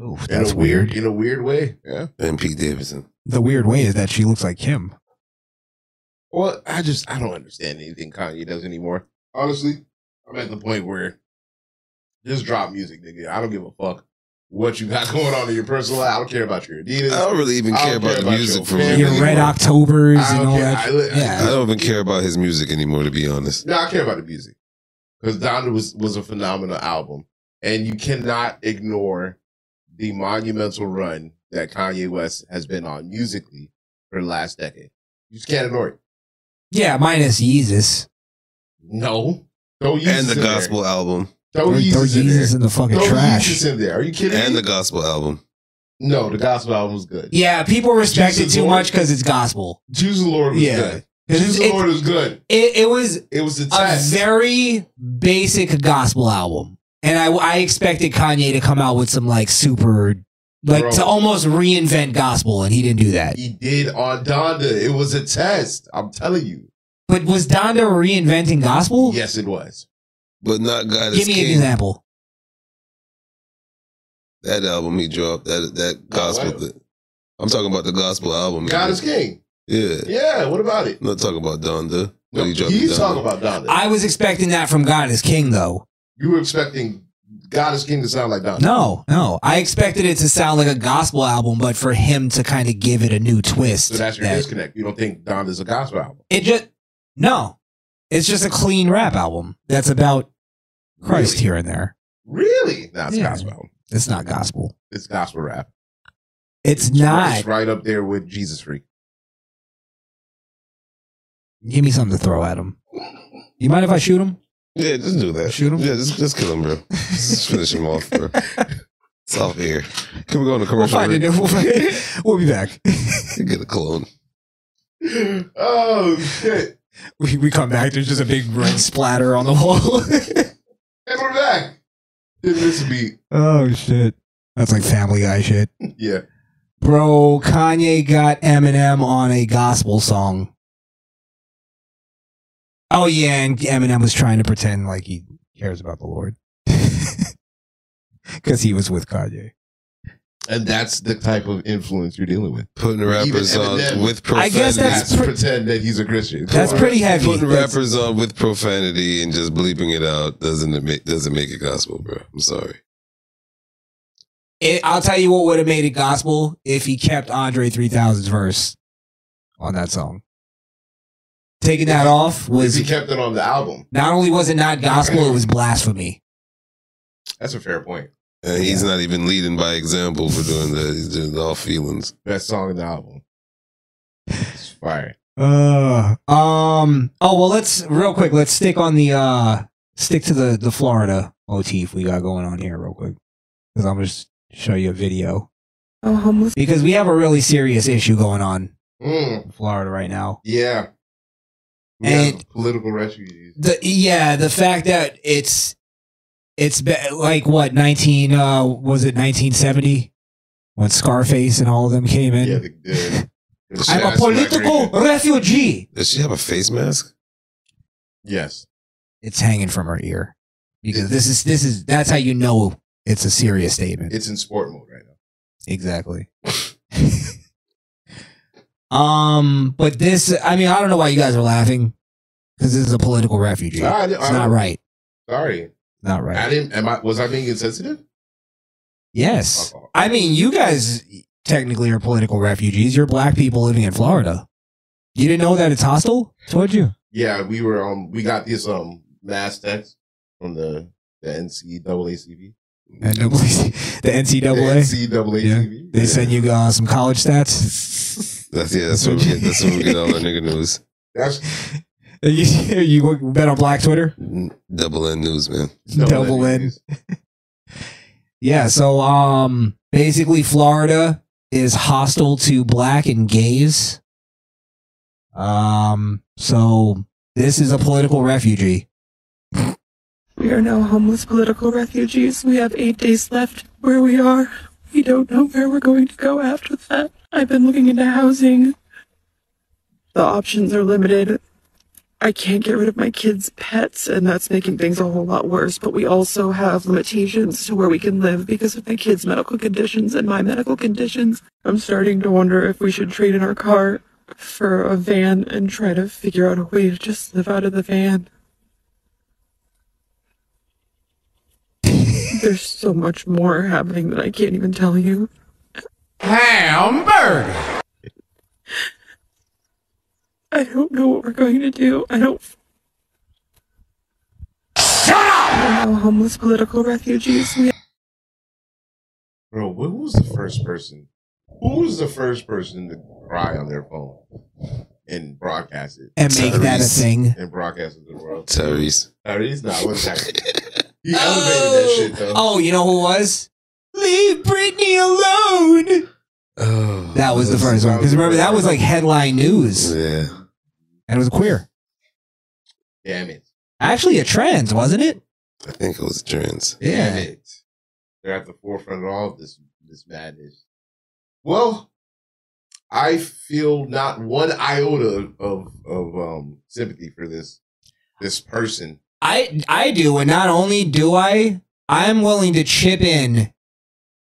I: Ooh,
F: In
I: that's
F: a weird,
I: weird.
F: in a weird way. Yeah.
D: And Pete Davidson.
I: The weird way is that she looks like him.
F: Well, I just I don't understand anything Kanye does anymore. Honestly, I'm at the point where just drop music, nigga. I don't give a fuck what you got <laughs> going on in your personal life. I don't care about your
D: I
F: Adidas.
D: don't really even
F: I don't
D: care about
F: care
D: the
F: about
D: music
F: your
D: for
F: family.
D: real.
I: Your
F: really
I: Red
F: were.
I: Octobers
F: I
I: and
F: don't
I: all
F: care.
I: that.
F: I li- I-
I: yeah.
D: I don't even care about his music anymore, to be honest.
F: No, I care about the music because Donda was was a phenomenal album, and you cannot ignore the monumental run that Kanye West has been on musically for the last decade. You just can't ignore it.
I: Yeah, minus Yeezus.
F: No, no Yeezus
D: And the
F: in there.
D: gospel album.
F: No
I: Throw
F: Yeezus in
I: Yeezus
F: there.
I: in the fucking
F: No
I: trash.
F: Yeezus in there. Are you kidding?
D: And
F: me?
D: the gospel album.
F: no, the gospel album was good.
I: Yeah, people respect it
F: Jesus
I: too
F: Lord.
I: much because it's gospel.
F: Jesus the Lord was
I: Yeah.
F: good.
I: 'Cause
F: Jesus the
I: it's-
F: Lord was good.
I: It, it was
F: It was the
I: a
F: test.
I: very basic gospel album, and I, I expected Kanye to come out with some like super, like
F: Bro.
I: to almost reinvent gospel, and he didn't do that.
F: he did on Donda. It was a test. I'm telling you.
I: But was Donda reinventing gospel?
F: Yes, it was.
D: But not God
I: Give
D: is
I: me an
D: King. That.
I: example.
D: album he dropped, that that gospel.
F: what?
D: thing. I'm talking about the gospel album.
F: Oh, God is king.
D: Yeah.
F: Yeah, what about it?
D: I'm not talking about Donda.
F: No,
D: But he dropped
F: he's
D: Donda.
F: talking about Donda.
I: I was expecting that from God is King, though.
F: you were expecting God is King to sound like Donda.
I: No, no. I expected it to sound like a gospel album, but for him to kind of give it a new twist.
F: So that's your
I: that-
F: disconnect. You don't think Donda's a gospel album.
I: It just no. It's just a clean rap album that's about Christ
F: Really?
I: here and there.
F: Really? No, it's
I: Yeah.
F: gospel album.
I: It's not gospel.
F: It's gospel rap.
I: It's not.
F: It's right up there with Jesus Freak. <gasps>
I: Give me something to throw at him. You mind if I shoot him?
D: Yeah, just do that.
I: Shoot him?
D: Yeah, just, just kill him, bro. just finish him
I: <laughs>
D: off, bro. It's off air. Can we go on a
I: We'll
D: commercial?
I: find it.
D: break?
I: We'll, find it. we'll be back.
D: Get a clone.
F: oh shit!
I: <laughs> We, we come back, there's just a big red splatter on the wall. <laughs>
F: And we're back. Didn't miss a beat.
I: oh, shit. That's like Family Guy shit.
F: Yeah.
I: Bro, Kanye got Eminem on a gospel song. Oh, yeah, and Eminem was trying to pretend like he cares about the Lord. <laughs> Because he was with Kanye.
F: And that's the type of influence you're dealing with.
D: Putting rappers
F: Even
D: on
F: Eminem-
D: with
I: I
D: profanity.
I: guess that's
F: That's
I: pre-
F: pretend that he's a Christian.
I: That's pretty heavy.
D: Putting
I: That's-
D: rappers on with profanity and just bleeping it out doesn't make doesn't make it gospel, bro. I'm sorry.
I: It, I'll tell you what would have made it gospel if he kept Andre 3000's verse on that song. Taking that off
F: Because
I: was
F: he kept it on the album.
I: not only was it not gospel, it was blasphemy.
F: That's a fair point.
D: And he's not even leading by example for doing that. He's doing all feelings.
F: Best song in the album. It's fire.
I: Uh, um. Oh well, let's real quick. Let's stick on the uh, stick to the the Florida motif we got going on here real quick, because I'm just show you a video because we have a really serious issue going on
F: Mm,
I: in Florida right now.
F: yeah. We
I: And-
F: have political refugees.
I: The yeah, the fact that it's it's be, like what 19 uh was it 1970 when Scarface and all of them came in.
F: Yeah, the, the, the
I: <laughs> I'm a
F: mass
I: political
F: migration.
I: refugee.
D: Does she have a face mask?
F: Yes.
I: it's hanging from her ear because this is this is that's how you know it's a serious statement.
F: It's in sport mode right now.
I: exactly. <laughs> um, but this, I mean, I don't know why you guys are laughing because this is a political refugee.
F: I- I-
I: it's not right.
F: Sorry.
I: Not right.
F: I didn't am I was I being insensitive?
I: yes, I mean, you guys technically are political refugees. You're black people living in Florida. You didn't know that it's hostile
F: <laughs>
I: towards you.
F: Yeah, we were um we got this um mass text from the the NCAACB.
I: And the NCAA,
F: The NCAACB.
I: they send you uh, some college stats.
F: <laughs>
D: That's yeah. That's where we get. That's where we get all our nigga news.
F: That's
I: you, you bet on Black Twitter?
D: Double N news, man.
I: <laughs> Double N. Yeah. So, um, basically, Florida is hostile to black and gays. Um, so this is a political refugee.
J: We are now homeless political refugees. We have eight days left where we are. We don't know where we're going to go after that. I've been looking into housing. The options are limited. I can't get rid of my kids' pets, and that's making things a whole lot worse. But we also have limitations to where we can live because of my kids' medical conditions and my medical conditions. I'm starting to wonder if we should trade in our car for a van and try to figure out a way to just live out of the van. There's so much more happening that I can't even tell you. Hamburger! I don't know what we're going to do. I don't. Shut up! We're now homeless political refugees. We
F: Bro, who was the first person? Who was the first person to cry on their phone and broadcast it
I: And make that a
D: Tyrese.
I: thing.
F: and broadcast it to the world?
D: Tyrese.
F: No, he's not. What's happening?
D: <laughs>
F: He elevated that shit though.
I: oh, you know who it was? Leave Britney alone.
D: Oh,
I: <laughs> That was the first one. Because remember, that was like headline news.
D: Yeah.
I: And it was queer.
F: Damn it!
I: Actually, a trans, wasn't it?
D: I think it was trans.
F: Damn it! They're at the forefront of all of this this madness. Well, I feel not one iota of of um, sympathy for this this person. <laughs>
I: I I do, and not only do I, I'm willing to chip in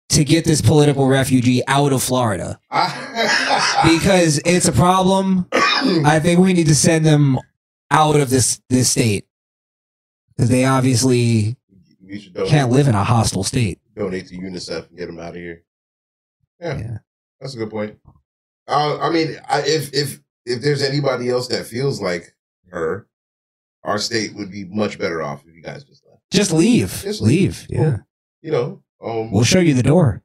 I: to get this political refugee out of Florida
F: I,
I: because it's a problem. I think we need to send them out of this this state because they obviously
F: we should donate,
I: can't live in a hostile state.
F: donate to UNICEF and get them out of here. Yeah,
I: Yeah.
F: that's a good point. Uh, I mean, I, if if if there's anybody else that feels like her, our state would be much better off if you guys just left.
I: Just leave,
F: Just
I: leave.
F: leave.
I: Yeah,
F: You know, um,
I: we'll show you the door.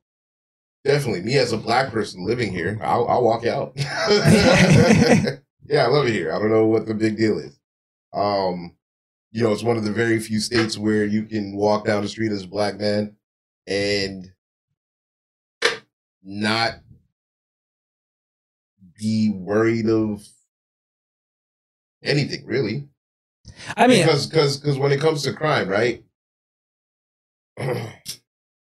F: definitely me as a black person living here, I'll, I'll walk out. <laughs> yeah, I love it here. I don't know what the big deal is. Um, you know, it's one of the very few states where you can walk down the street as a black man and not be worried of anything really.
I: I mean,
F: because because because when it comes to crime, right? <clears throat>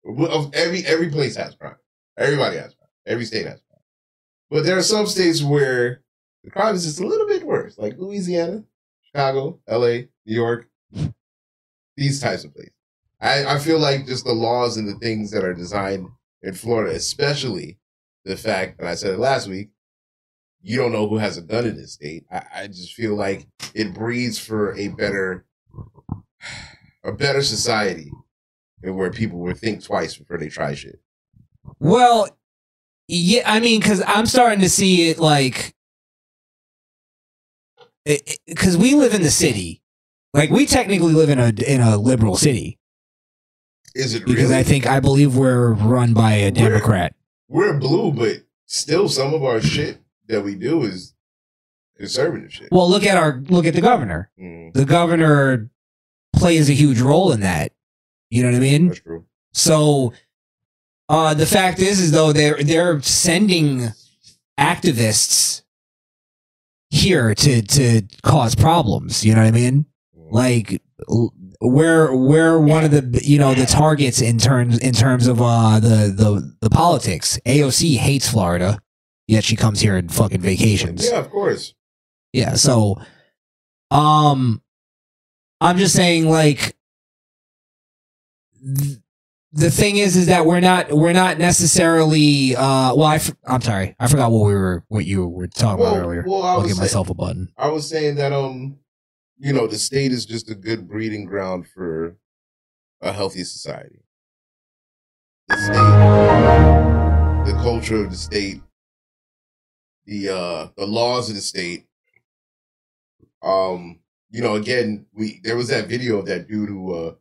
F: of every every place has crime. Everybody has crime. Every state has crime. But there are some states where the crime is just a little bit worse, like Louisiana, Chicago, L.A., New York, these types of places. I, I feel like just the laws and the things that are designed in Florida, especially the fact that I said it last week, you don't know who has a gun in this state. I, I just feel like it breeds for a better a better society where people would think twice before they try shit.
I: Well, yeah, I mean, because I'm starting to see it like, because we live in the city, like we technically live in a in a liberal city.
F: Is it
I: because
F: really?
I: I think I believe we're run by a Democrat.
F: We're blue, but still, some of our shit that we do is conservative shit.
I: Well, look at our look at the governor. Mm. The governor plays a huge role in that. You know what I mean?
F: That's true.
I: So uh, the fact is, is though they're they're sending activists here to to cause problems. You know what I mean? Like we're we're one of the you know the targets in terms in terms of uh, the the the politics. AOC hates Florida, yet she comes here and fucking vacations.
F: Yeah, of course.
I: Yeah, so um, I'm just saying like the thing is is that we're not we're not necessarily uh well I i'm sorry i forgot what we were what you were talking
F: Well,
I: about earlier
F: well, I
I: i'll
F: was
I: give
F: saying-
I: myself a button
F: I was saying that um, you know, the state is just a good breeding ground for a healthy society. The state, the culture of the state, the uh, the laws of the state. Um, you know, again, we there was that video of that dude who uh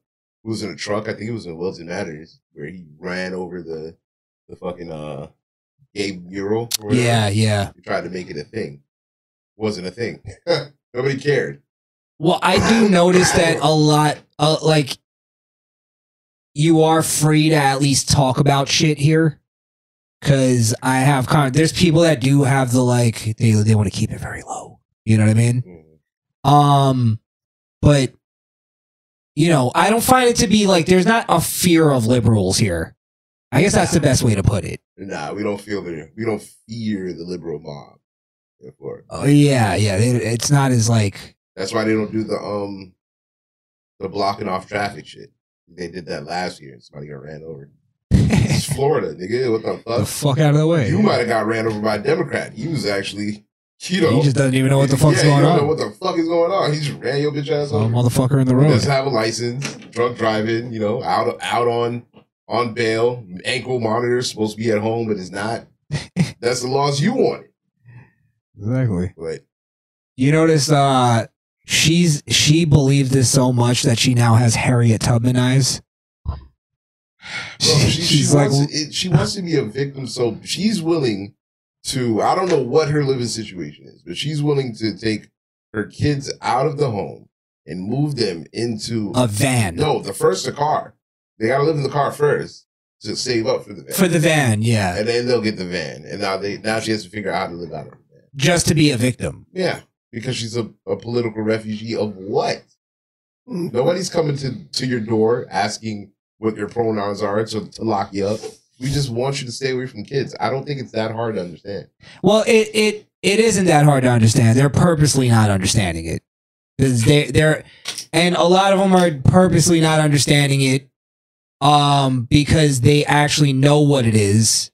F: who was in a truck. I think it was in Wilton Matters where he ran over the the fucking uh gay mural. or whatever.
I: yeah yeah
F: He tried to make it a thing. Wasn't a thing. <laughs> Nobody cared.
I: well i do
F: <coughs>
I: notice that a lot uh, like you are free to at least talk about shit here because i have con there's people that do have the like they, they want to keep it very low you know what i mean Um, but you know, I don't find it to be like there's not a fear of liberals here. I guess that's the best way to put it.
F: Nah, we don't feel the we don't fear the liberal mob. Therefore,
I: Oh yeah, yeah. It, it's not as like
F: that's why they don't do the um the blocking off traffic shit. They did that last year and somebody got ran over. It's
I: <laughs>
F: Florida, nigga. What the fuck?
I: the fuck out of the way.
F: You might have got ran over by a Democrat. He was actually, you know,
I: He just doesn't even know what the fuck's
F: yeah,
I: going
F: you don't
I: on. Oh
F: Know what the fuck is going on? He just ran your bitch ass
I: Saw a
F: over.
I: motherfucker in the
F: He
I: road.
F: doesn't have a license, drunk driving, you know, out out on on bail, ankle monitor, supposed to be at home, but is
I: <laughs>
F: not. That's the laws you wanted.
I: Exactly.
F: But
I: You notice uh she's she believed this so much that she now has Harriet Tubman eyes.
F: bro, she, she
I: <laughs> She's like-
F: wants it, she wants to be a victim, so she's willing to. I don't know what her living situation is, but she's willing to take her kids out of the home and move them into
I: A van.
F: No, the first a car. They gotta live in the car first to save up for the van.
I: For the van, yeah.
F: and then they'll get the van. And now they now she has to figure out how to live out of it.
I: Just to be a victim.
F: Yeah, because she's a, a political refugee of what? Nobody's coming to, to your door asking what your pronouns are to, to lock you up. We just want you to stay away from kids. I don't think it's that hard to understand.
I: Well, it it it isn't that hard to understand. They're purposely not understanding it. 'Cause They they're and a lot of them are purposely not understanding it um because they actually know what it is,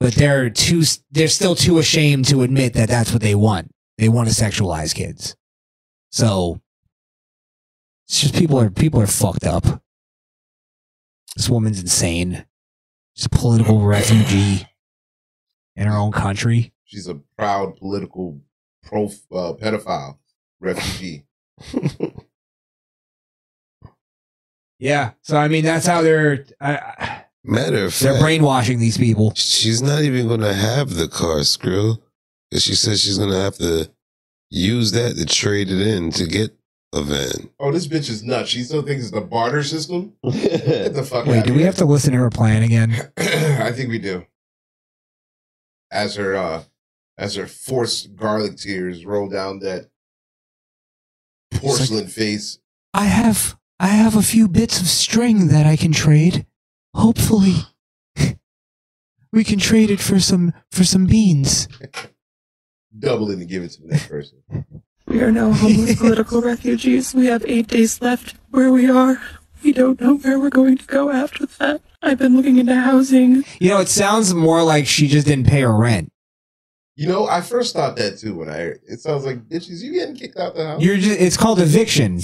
I: but they're too they're still too ashamed to admit that that's what they want. They want to sexualize kids. So it's just people are people are fucked up. This woman's insane. She's a political refugee in her own country.
F: She's a proud political pro uh, pedophile refugee.
I: Yeah. So I mean, that's how they're I- I,
D: Matter of
I: they're
D: fact,
I: brainwashing these people.
D: she's not even going to have the car, Skrill. 'cause she says she's going to have to use that to trade it in to get a van.
F: Oh, this bitch is nuts. She still thinks it's the barter system. Get the fuck
I: Wait,
F: out
I: do we have
F: <clears throat>
I: to listen to her plan again?
F: I think we do. As her uh, as her forced garlic tears roll down that porcelain face.
K: I have I have a few bits of string that I can trade. Hopefully <laughs> we can trade it for some for some beans.
F: Double it and give it to the next person.
J: We are now
K: <laughs>
J: homeless political refugees. We have eight days left where we are. We don't know where we're going to go after that. I've been looking into housing.
I: You know, it sounds more like she just didn't pay her rent.
F: You know, I first thought that too when I heard it sounds like bitches, you getting kicked out the house.
I: You're just, it's called eviction.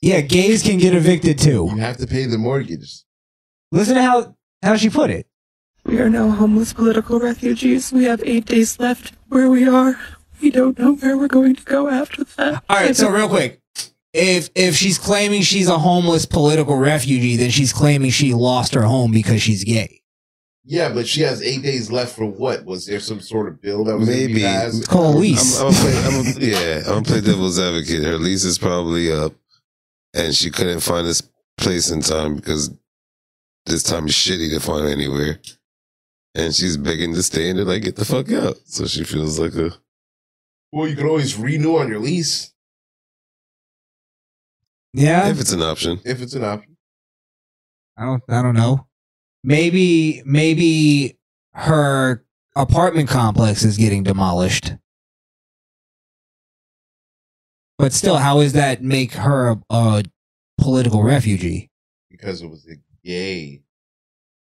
I: Yeah, gays can get evicted too.
F: You have to pay the mortgage.
I: Listen to how how she put it.
J: We are now homeless political refugees. We have eight days left where we are. We don't know where we're going to go after that.
I: All right, so real quick, if if she's claiming she's a homeless political refugee, then she's claiming she lost her home because she's gay.
F: Yeah, but she has eight days left for what? Was there some sort of bill that was gonna be
D: Maybe.
F: passed?
D: It's
I: called a lease.
D: I'm, I'm gonna play, I'm gonna- yeah, I'm gonna play devil's advocate. Her lease is probably up, and she couldn't find this place in time because this time is shitty to find anywhere. And she's begging to stay and to like get the fuck out. So she feels like a
F: Well, you could always renew on your lease
I: Yeah,
D: if it's an option.
F: if it's an option.
I: I don't I don't know. Maybe maybe her apartment complex is getting demolished. But still, how does that make her a, a political refugee?
F: because it was a gay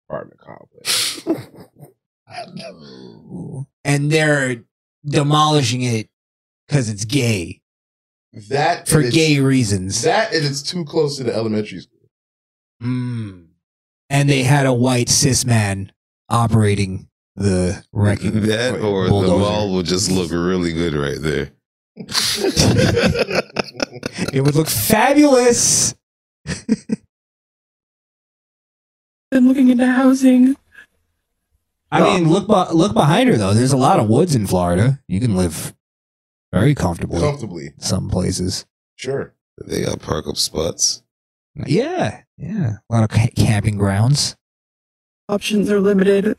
F: apartment complex.
I: And they're demolishing it because it's gay
F: that and
I: for
F: it's-
I: gay reasons.
F: That and it's too close to the elementary school.
I: Mm. And they had a white cis man operating the wrecking.
D: <laughs> That or the
I: Bulldozer.
D: mall will
J: <laughs>
D: just look really good right there.
I: It would look fabulous.
J: <laughs> Been looking into housing.
I: I mean, look be- look behind her though. There's a lot of woods in Florida. You can live very
F: <laughs>
I: comfortably
F: Comfortably.
I: some places.
F: Sure.
D: They got park up spots.
I: Yeah, yeah. A lot of ca- camping grounds.
J: Options are limited.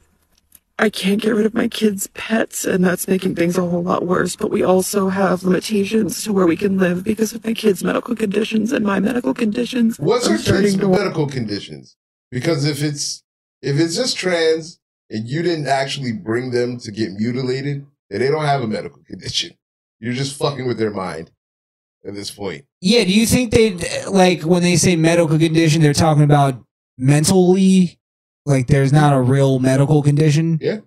J: I can't get rid of my kids' pets, and that's making things a whole lot worse. But we also have limitations to where we can live because of my kids' medical conditions and my medical conditions.
F: What's
J: I'm
F: her
J: starting
F: kid's
J: to-
F: medical conditions? Because if it's if it's just trans and you didn't actually bring them to get mutilated, then they don't have a medical condition. You're just fucking with their mind at this point.
I: Yeah. Do you think they like when they say medical condition, they're talking about mentally? Like, there's not a real medical condition.
F: Yeah.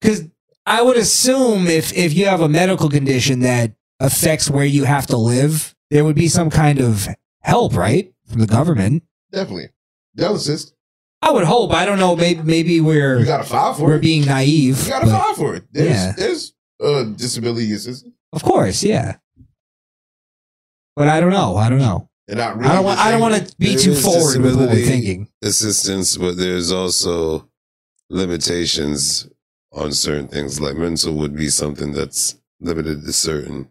I: Because I would assume if if you have a medical condition that affects where you have to live, there would be some kind of help, right, from the government.
F: Definitely. They'll assist.
I: I would hope. I don't know. Maybe maybe we're
F: You gotta file for
I: we're
F: it.
I: being naive.
F: You gotta
I: but-
F: file for it. There's
I: Yeah.
F: there's uh disability assistance.
I: Of course, yeah. But I don't know. I don't know.
F: They're not really
I: I don't want. I don't
F: disabled.
I: want to be
D: There
I: too
D: is
I: forward with what we're
D: disability
I: thinking.
D: Assistance, but there's also limitations on certain things. Like mental would be something that's limited to certain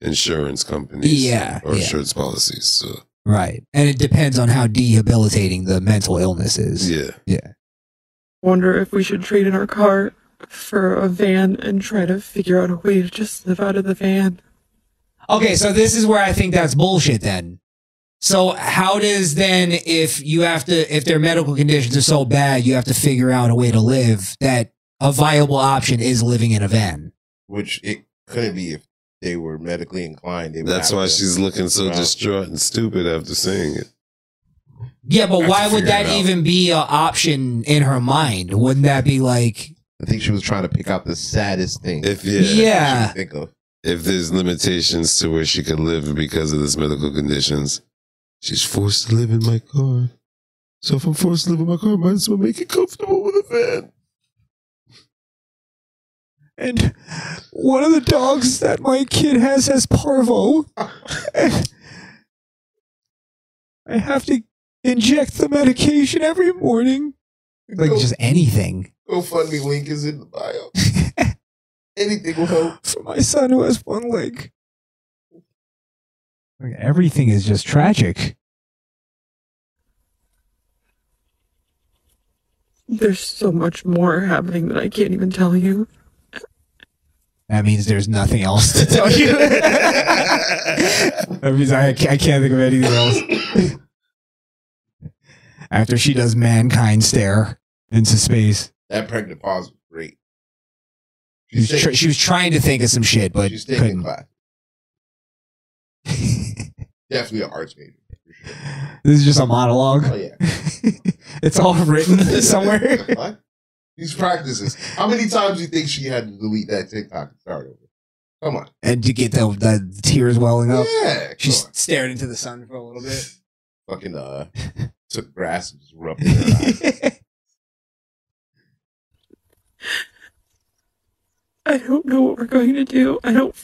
D: insurance companies
I: Yeah,
D: or
I: yeah.
D: insurance policies. So
I: Right, and it depends on how debilitating the mental illness is.
D: yeah.
J: Wonder if we should trade in our car for a van and try to figure out a way to just live out of the van.
I: Okay, so this is where I think that's bullshit. Then, so how does then if you have to if their medical conditions are so bad, you have to figure out a way to live that a viable option is living in a van.
F: which it couldn't be if they were medically inclined. They would
D: That's
F: have
D: why
F: to-
D: she's looking so
F: Wow.
D: distraught and stupid after saying it.
I: Yeah, but
F: Have to
I: why would
F: figure it
I: that
F: out.
I: even be an option in her mind? Wouldn't that be like
F: I think she was trying to pick out the saddest thing.
D: If yeah,
I: yeah?
F: she could think of
D: if there's limitations to where she could live because of this medical conditions, she's forced to live in my car. So if I'm forced to live in my car, I might as well make it comfortable with a van.
K: And one of the dogs that my kid has has parvo. And I have to inject the medication every morning.
I: like
F: Go-
I: just anything.
F: GoFundMe link is in the bio.
I: <laughs>
F: Anything will help.
K: For my son who has one leg.
I: Like, everything is just tragic.
J: There's so much more happening that I can't even tell you.
I: That means there's nothing else to tell
K: <laughs>
I: you. that means I, I can't think of anything else. After she does mankind stare into space,
F: That pregnant pause was great.
I: she was, tr- she was trying to think of some shit, but
F: She's taking
I: couldn't. <laughs>
F: class. Definitely an arts major.
I: This is just a monologue.
F: Oh, yeah.
I: <laughs> it's all
F: <laughs>
I: written <laughs> somewhere.
F: What? These practices. How many times do you think she had to delete that TikTok and start over? Come on.
I: and to get the, the tears welling up.
F: Yeah.
I: She
F: come on.
I: stared into the sun for a little bit. <laughs>
F: fucking uh took grass and just rubbed it in her eye.
J: I don't know what we're going to do. I don't.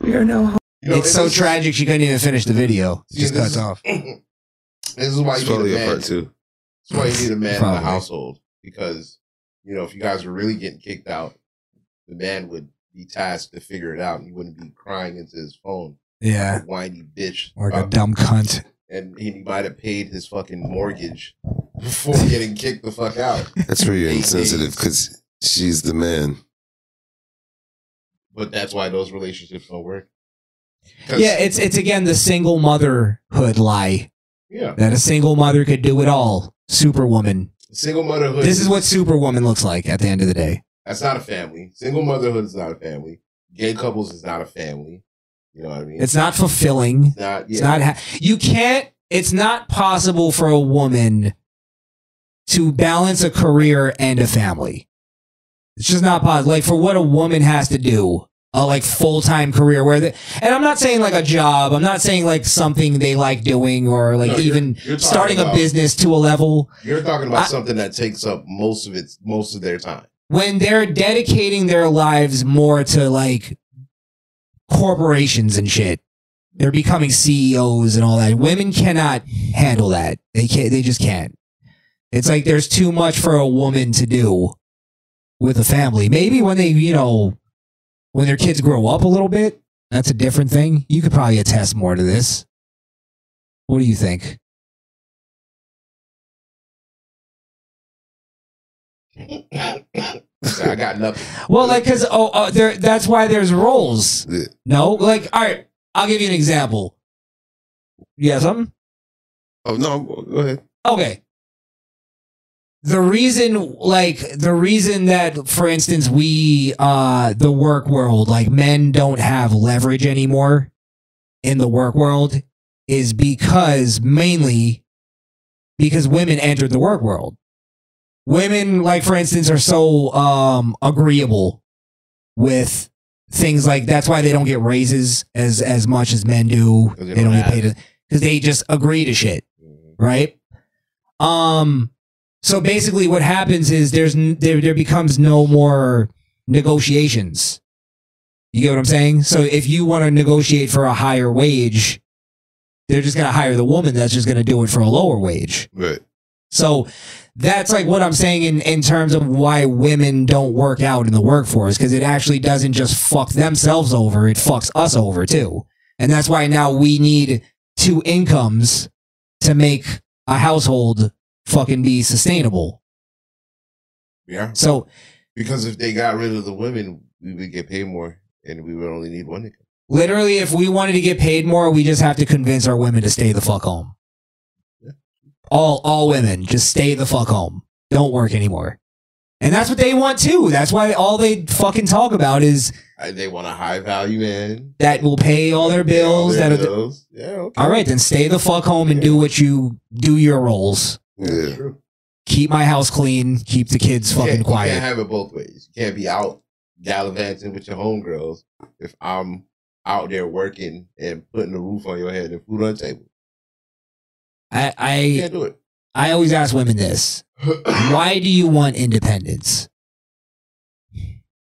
J: We are now.
F: You know, and
I: it's so
F: this is-
I: <laughs> tragic she couldn't even finish the video. It
F: see,
I: just
F: and this
I: cuts off.
F: is- this is why
D: It's
F: you need
D: probably
F: a
D: a
F: man.
D: part
F: That's
D: two.
F: why you need a man in the
I: Probably.
F: household because you know if you guys were really getting kicked out, the man would be tasked to figure it out, and he wouldn't be crying into his phone.
I: Yeah.
F: like a whiny bitch.
I: Like a
F: about-
I: dumb cunt.
F: and he might have paid his fucking mortgage
I: <laughs>
F: before getting kicked the fuck out.
D: That's
F: <laughs>
D: where you're
F: Eight
D: insensitive
F: days.
D: because she's the man.
F: But that's why those relationships don't work. 'Cause-
I: Yeah, it's it's again the single motherhood lie
F: yeah.
I: that a single mother could do it all. Superwoman.
F: Single motherhood.
I: This is what superwoman looks like at the end of the day.
F: That's not a family. Single motherhood is not a family. Gay couples is not a family. You know what I mean?
I: It's not fulfilling.
F: not.
I: It's
F: yeah.
I: not ha- you can't it's not possible for a woman to balance a career and a family. It's just not possible. Like for what a woman has to do, a like full-time career where the, and I'm not saying like a job, I'm not saying like something they like doing or like
F: No, you're-
I: even
F: you're talking
I: starting a
F: about-
I: business to a level
F: You're talking about
I: I-
F: something that takes up most of its most of their time.
I: when they're dedicating their lives more to like corporations and shit. They're becoming CEOs and all that. Women cannot handle that. They can't. They just can't. It's like there's too much for a woman to do with a family. Maybe when they, you know, when their kids grow up a little bit, that's a different thing. You could probably attest more to this. What do you think?
F: So I got nothing.
I: <laughs> Well, like, cause oh, uh, there. That's why there's roles.
D: Yeah.
I: No, like, all right. I'll give you an example. You have something?
D: Oh no, go ahead.
I: Okay. The reason, like, the reason that, for instance, we, uh, the work world, like, men don't have leverage anymore in the work world is because mainly because women entered the work world. Women, like, for instance, are so, um, agreeable with things like that's why they don't get raises as, as much as men do.
F: 'Cause
I: They
F: they
I: don't,
F: don't Mm-hmm.
I: get
F: ask.
I: paid because they just agree to shit right? Um, so basically, what happens is there's n- there there becomes no more negotiations. You get what I'm saying? So if you want to negotiate for a higher wage, they're just gonna hire the woman that's just gonna do it for a lower wage.
D: Right.
I: So that's like what I'm saying in, in terms of why women don't work out in the workforce because it actually doesn't just fuck themselves over, it fucks us over too. And that's why now we need two incomes to make a household fucking be sustainable.
F: Yeah.
I: So,
F: Because if they got rid of the women, we would get paid more, and we would only need one. income.
I: literally, if we wanted to get paid more, we just have to convince our women to stay the fuck home. All, all women, just stay the fuck home. Don't work anymore. And that's what they want too. That's why all they fucking talk about is
F: I- They want a high value man.
I: that will pay all their bills.
F: Their
I: That Uh,
F: bills. Yeah. Okay.
I: all right, then stay the fuck home and do what you do your roles.
D: Yeah.
F: True.
I: Keep my house clean. Keep the kids
F: You can't-
I: fucking
F: You
I: quiet.
F: can't have it both ways. You can't be out gallivanting with your homegirls if I'm out there working and putting a roof on your head and food on the table.
I: I
F: You
I: I,
F: can't do it.
I: I always ask
F: <coughs>
I: women this: Why do you want independence?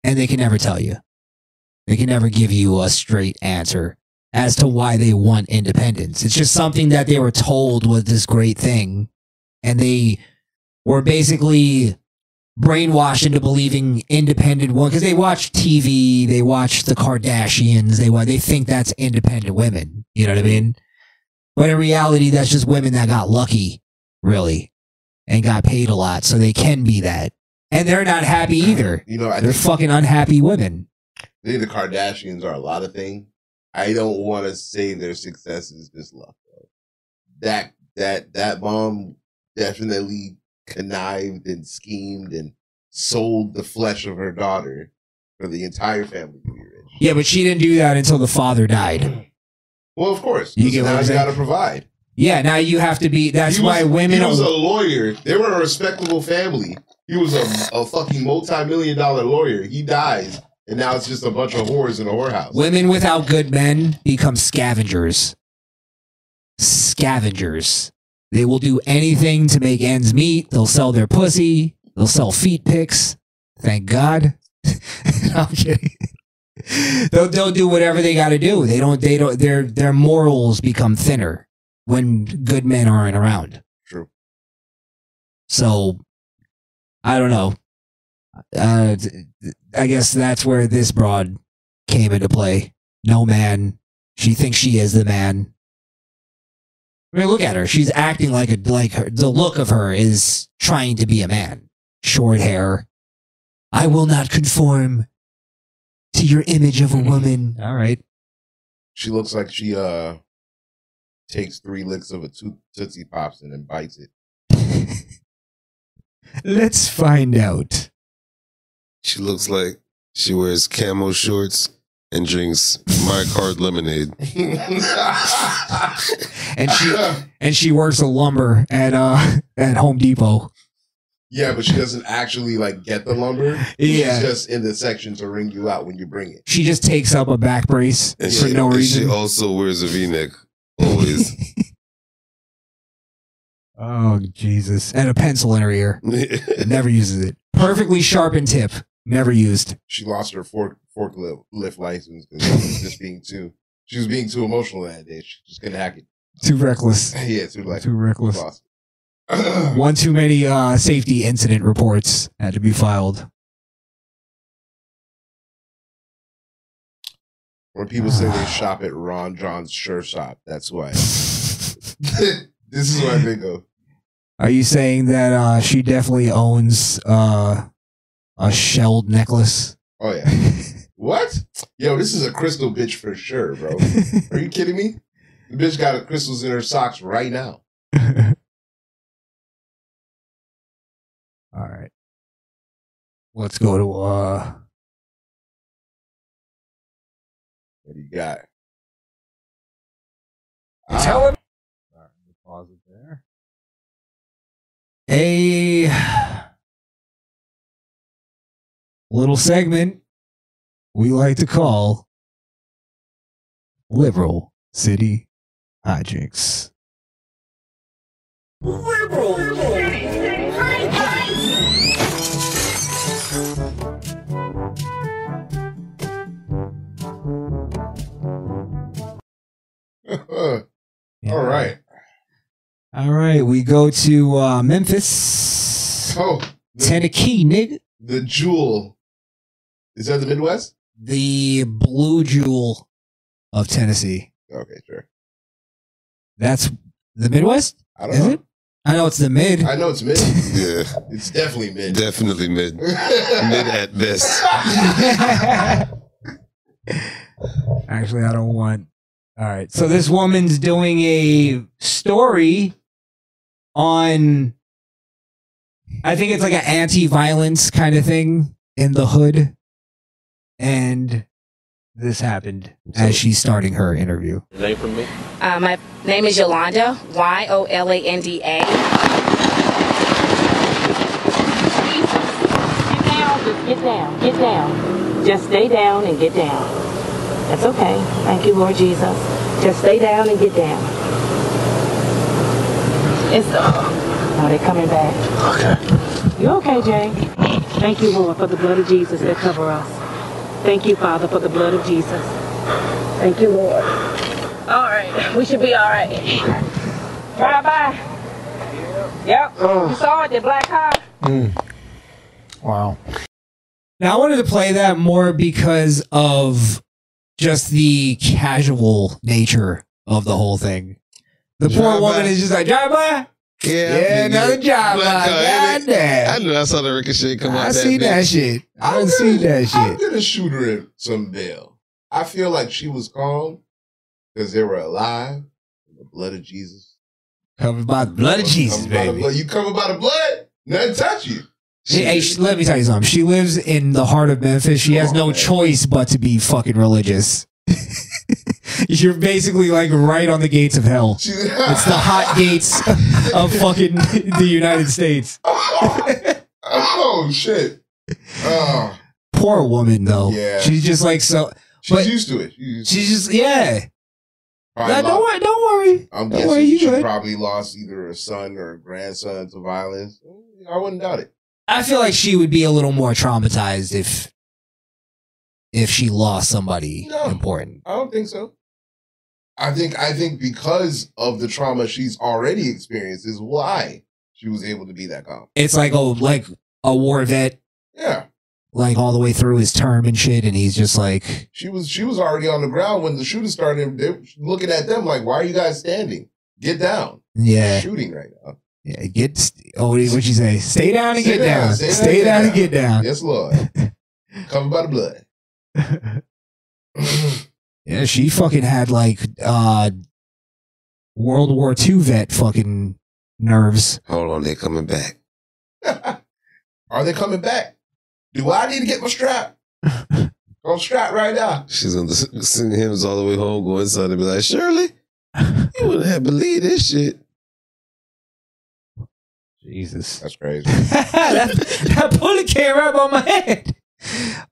I: And they can never tell you. They can never give you a straight answer as to why they want independence. It's just something that they were told was this great thing, and they were basically brainwashed into believing independent women because they watch TV, they watch the Kardashians, they wa- they think that's independent women. You know what I mean? But in reality, that's just women that got lucky, really, and got paid a lot, so they can be that. and they're not happy either.
F: You know, I
I: they're
F: think-
I: fucking unhappy women.
F: I think the Kardashians are a lot of things. I don't want to say their success is just luck. Though. That that that mom definitely connived and schemed and sold the flesh of her daughter for the entire family.
I: Yeah, but she didn't do that until the father died.
F: Well, of course,
I: You
F: you
I: get what
F: now
I: I'm
F: you
I: saying?
F: got to provide.
I: Yeah, now you have to be. That's
F: He
I: why
F: was-
I: women.
F: He was a
I: are-
F: lawyer. They were a respectable family. He was a, a fucking multi-million dollar lawyer. He dies, and now it's just a bunch of whores in a whorehouse.
I: Women without good men become scavengers. Scavengers. They will do anything to make ends meet. They'll sell their pussy. They'll sell feet pics. Thank God. <laughs> No, I'm kidding. They'll, they'll do whatever they got to do. They don't. They don't. Their their morals become thinner when good men aren't around.
F: True.
I: So, I don't know. Uh, th- th- I guess that's where this broad came into play. No man. She thinks she is the man. I mean, look at her. She's acting like a like her. The look of her is trying to be a man. Short hair. I will not conform to your image of a
D: Mm-hmm.
I: woman. All right.
F: She looks like she uh takes three licks of a toot- tootsie pops and then bites
I: <laughs>
F: it.
I: Let's find out.
D: She looks like she wears camo shorts and drinks my card lemonade.
I: And
D: <laughs>
I: she and she works a lumber at uh at Home Depot.
F: Yeah, but she doesn't actually like get the lumber.
I: Yeah.
F: She's just in the section to ring you out when you bring it.
I: She just takes up a back brace
D: And
I: for
D: she,
I: no
D: and
I: reason.
D: She also wears a V-neck
F: <laughs>
D: always. <laughs>
I: oh Jesus. And a pencil in her ear. Never uses it. Perfectly sharpened tip. Never used.
F: She lost her fork forklift lift license because she was just being too she was being too emotional that day. She just couldn't hack it. <laughs>
I: Too reckless.
F: yeah, too like
I: Too reckless.
F: lost.
I: One too many uh, safety incident reports had to be filed.
F: <clears throat> When people say they shop at Ron John's Sure Shop, that's why. <laughs> this is what I think of.
I: Are you saying that uh, she definitely owns uh, a shelled necklace? <laughs>
F: Oh yeah. What? Yo, this is a crystal bitch for sure, bro. Are you kidding me? The bitch got crystals in her socks right now.
I: All right. Let's go to uh
F: What do you got? <laughs>
I: Tell him. Pause it there. a little segment we like to call liberal city hijinks.
F: All right.
I: All right, we go to uh, Memphis.
F: Oh,
I: Tennessee, nigga.
F: The jewel. Is that the Midwest?
I: The blue jewel of Tennessee.
F: Okay, sure.
I: That's the Midwest?
F: I don't
I: Is
F: know.
I: it? I know it's the mid.
F: I know it's
D: <laughs>
F: mid.
D: yeah.
F: It's definitely mid.
D: Definitely mid.
F: <laughs>
D: mid at best.
I: <laughs> Actually, I don't want. All right. So this woman's doing a story on. I think it's like an anti-violence kind of thing in the hood, and this happened as she's starting her interview.
L: Name for me?
M: Uh, my name is Yolanda, Y O L A N D A.
N: Get down, get down. Just stay down and get down. That's okay. Thank you, Lord Jesus. Just stay down and get down. It's oh, they're coming back. Okay. You okay, Jay? Thank you, Lord, for the blood of Jesus that cover us. Thank you, Father, for the blood of Jesus. Thank you, Lord.
O: All right, we should be all right. Drive by. Yep.
P: Oh.
O: You saw it, the black car.
I: Wow. Now I wanted to play that more because of just the casual nature of the whole thing. The poor
K: Drive-by.
I: woman is just like drive by.
D: <laughs> Yeah,
I: Yeah,
D: I figured.
I: another job,
D: Black
I: uh,
D: Card, ain't it?
I: goddamn.
D: I knew I saw the ricochet come out.
I: I seen that
D: bitch.
I: shit. I done seen that
F: I'm
I: shit.
F: gonna shoot her in some bail. I feel like she was calm because they were alive in the blood of Jesus.
I: Covered by the blood of Jesus,
F: By the
I: baby.
F: blood. You cover by the blood, nothing touch you.
I: She- hey, she- let me tell you something. She lives in the heart of Memphis. She has no choice but to be fucking religious. <laughs> You're basically like right on the gates of hell. <laughs> It's the hot
F: <laughs>
I: gates of fucking <laughs> the United States.
F: Oh shit! Oh,
I: Poor woman though.
F: Yeah.
I: She's just like so.
F: she's
I: but
F: used to it. She's, used
I: she's just yeah.
F: to it.
I: Nah, don't worry. Don't worry.
F: I'm
I: don't
F: guessing
I: worry. You
F: she
I: good?
F: probably lost either a son or a grandson to violence. I wouldn't doubt it.
I: I feel like she would be a little more traumatized if if she lost somebody important.
F: I don't think so. I think I think because of the trauma she's already experienced is why she was able to be that calm.
I: It's like a like a war vet,
F: Yeah,
I: like all the way through his term and shit, and he's just like,
F: she was she was already on the ground when the shooter started. They were looking at them like, "Why are you guys standing? Get down!"
I: yeah,
F: shooting right now.
I: yeah get. Oh, what would she say? Stay down and
F: Stay
I: get down.
F: stay
I: Stay down and get down.
F: Yes, <laughs> Lord. Covered by the blood. <laughs>
I: Yeah, she fucking had like uh World War II vet fucking nerves.
D: Hold on, they coming back.
F: Are they coming back? Do I need to get my <laughs> strap? I'm strapped right now.
D: She's gonna sing hymns all the way home, go inside and be like, Shirley, you wouldn't have believed this shit.
I: Jesus.
F: That's crazy.
I: that, that bullet came right by my head.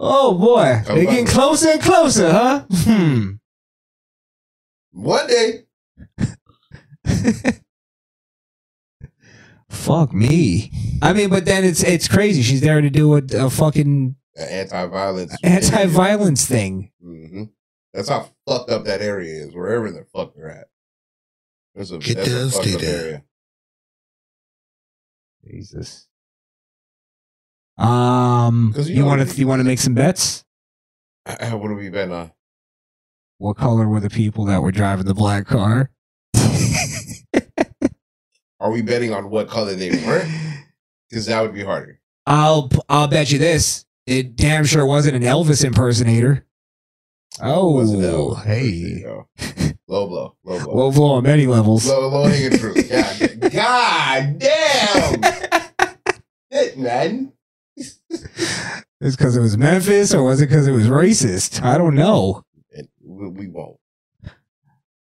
I: Oh boy,
F: Oh,
I: they're
F: wow.
I: getting closer and closer, huh? Hmm.
F: One day.
I: Fuck me. I mean, but then it's it's crazy. She's there to do a, a fucking
F: An anti-violence.
I: anti-violence thing.
F: hmm That's how fucked up that area is. Wherever the fuck they're at. That's a,
D: Get
F: that's
D: down,
F: a fucked
D: stay
F: up
D: down.
F: area.
I: Jesus. Um,
F: 'Cause you
I: you
F: know-
I: want to you want to make some bets?
F: <clears throat> what have we been on?
I: What color were the people that were driving the black car?
F: Are we betting on what color
I: <laughs>
F: they were? Because that would be harder.
I: I'll I'll bet you this. It damn sure wasn't an Elvis impersonator.
F: Wasn't that
I: Oh,
F: one?
I: hey. <laughs>
F: Low blow. Low blow.
I: Low blow on many levels.
F: Low, low hanging fruit.
I: <laughs>
F: God, God damn. Shit, man.
I: It's because it was Memphis, or was it because it was racist? I don't know.
F: And we, we won't.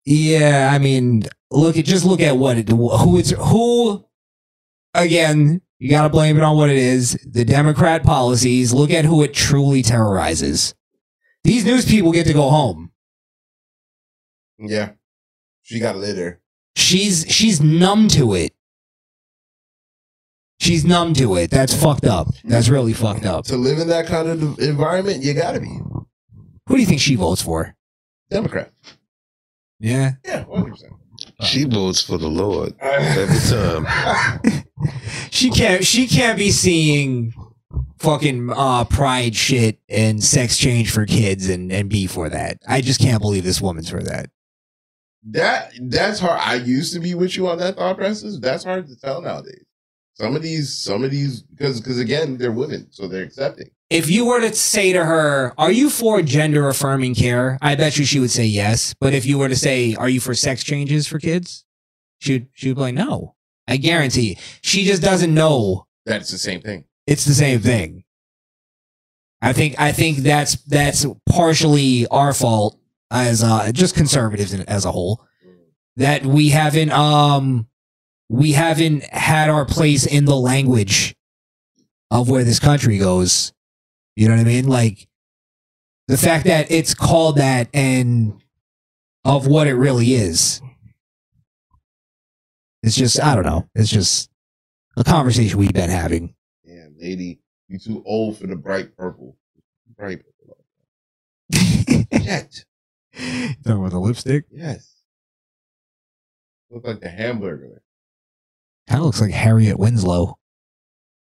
I: Yeah, I mean, look at just look at what it who it's who. Again, you got to blame it on what it is. The Democrat policies. Look at who it truly terrorizes. These news people get to go home.
F: Yeah. She got lit there.
I: She's she's numb to it. She's numb to it. That's fucked up. That's really fucked up.
F: To live in that kind of environment, you gotta be
I: Who do you think she votes for?
F: Democrat.
I: Yeah.
F: Yeah, 100%.
D: She votes for the Lord every
I: <laughs>
D: time.
I: She can't. She can't be seeing fucking uh, pride shit and sex change for kids and and be for that. I just can't believe this woman's for that.
F: That that's hard. I used to be with you on that thought process. That's hard to tell nowadays. Some of these, some of these, because because again, they're women, so they're accepting.
I: If you were to say to her, "Are you for gender affirming care?" I bet you she would say yes. But if you were to say, "Are you for sex changes for kids?" She would, she would be like, "No." I guarantee. She just doesn't know
F: That's the same thing.
I: it's the same thing. I think I think that's that's partially our fault as uh, just conservatives in- as a whole that we haven't um we haven't had our place in the language of where this country goes. You know what I mean? Like the fact that it's called that and of what it really is. It's just I don't know. It's just a conversation we've been having.
F: Damn, lady, you too old for the bright purple. Bright purple. Jet.
I: Talking about the lipstick?
F: Yes. Look like the hamburger.
I: Kind of looks like Harriet Winslow.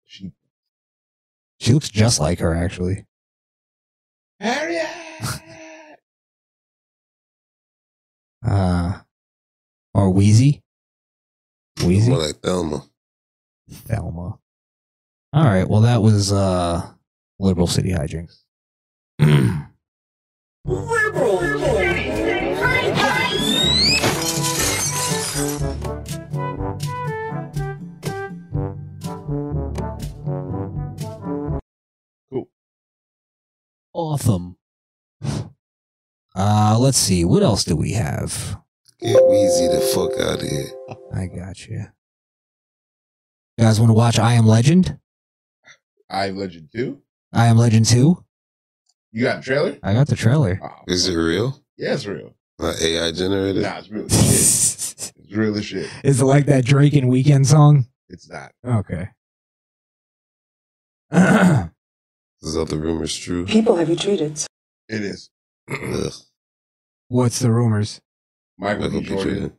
F: She
I: She looks just like her, actually.
F: Harriet.
I: Uh, or Wheezy.
K: Weezy?
D: More like Thelma.
K: Thelma. All right. Well, that was uh, liberal city hijinks. Awesome. Uh, let's see. What else do we have?
D: Get Wheezy the fuck out of here.
K: I got you. You guys want to watch I Am Legend?
F: I Am Legend 2?
K: I Am Legend 2?
F: You got a trailer? Oh,
K: I got the trailer.
D: Is it real?
F: Yeah, it's real.
D: Not AI generated?
F: Nah, it's real as Oh, shit. It's real as shit.
K: <laughs> Is it like that Drake and Weekend song?
F: It's not.
K: Okay. <clears throat>
D: Is all the rumors true?
L: People have you treated.
F: It is.
D: Ugh.
K: What's the rumors?
F: Michael, B. Jordan,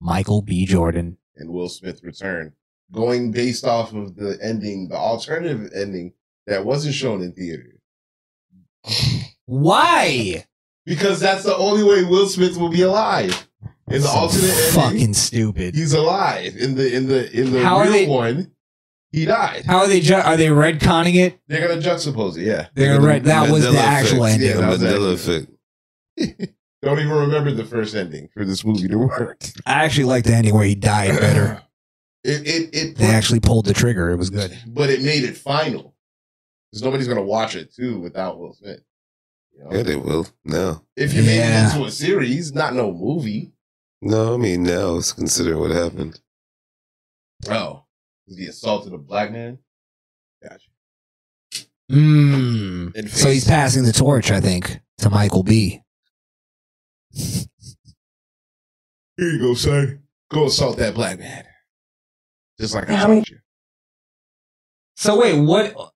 K: Michael B. Jordan.
F: and Will Smith return. Going based off of the ending, the alternative ending that wasn't shown in theater.
K: Why?
F: Because that's the only way Will Smith will be alive. In the
K: So
F: alternate
K: fucking
F: ending,
K: stupid.
F: he's alive. In the in the in the
K: How are
F: real
K: they-
F: one, he died.
K: How are they? Ju- are they red conning it?
F: They're gonna juxtapose it. Yeah,
K: They're gonna write- that was the
F: Mandela
K: actual
F: effect.
K: ending.
F: Yeah, that was the
D: Mandela
F: actual-
D: effect.
F: <laughs> Don't even remember the first ending for this movie to work.
K: I actually like the ending where he died
F: <clears throat>
K: better.
F: It <sighs> it, it
K: They actually pulled the trigger. It was good.
F: but it made it final because nobody's gonna watch it too without Will Smith.
D: Yeah, they will. No.
F: If you
K: Yeah.
F: made it into a series, not no movie.
D: No, I mean, now it's considering what happened.
F: Oh, because he assaulted a black man. Gotcha.
K: Mm. So he's passing the torch, I think, to Michael B.
F: Here you go, son. Go assault that black man. Just like I
K: How
F: told you.
K: So wait, what?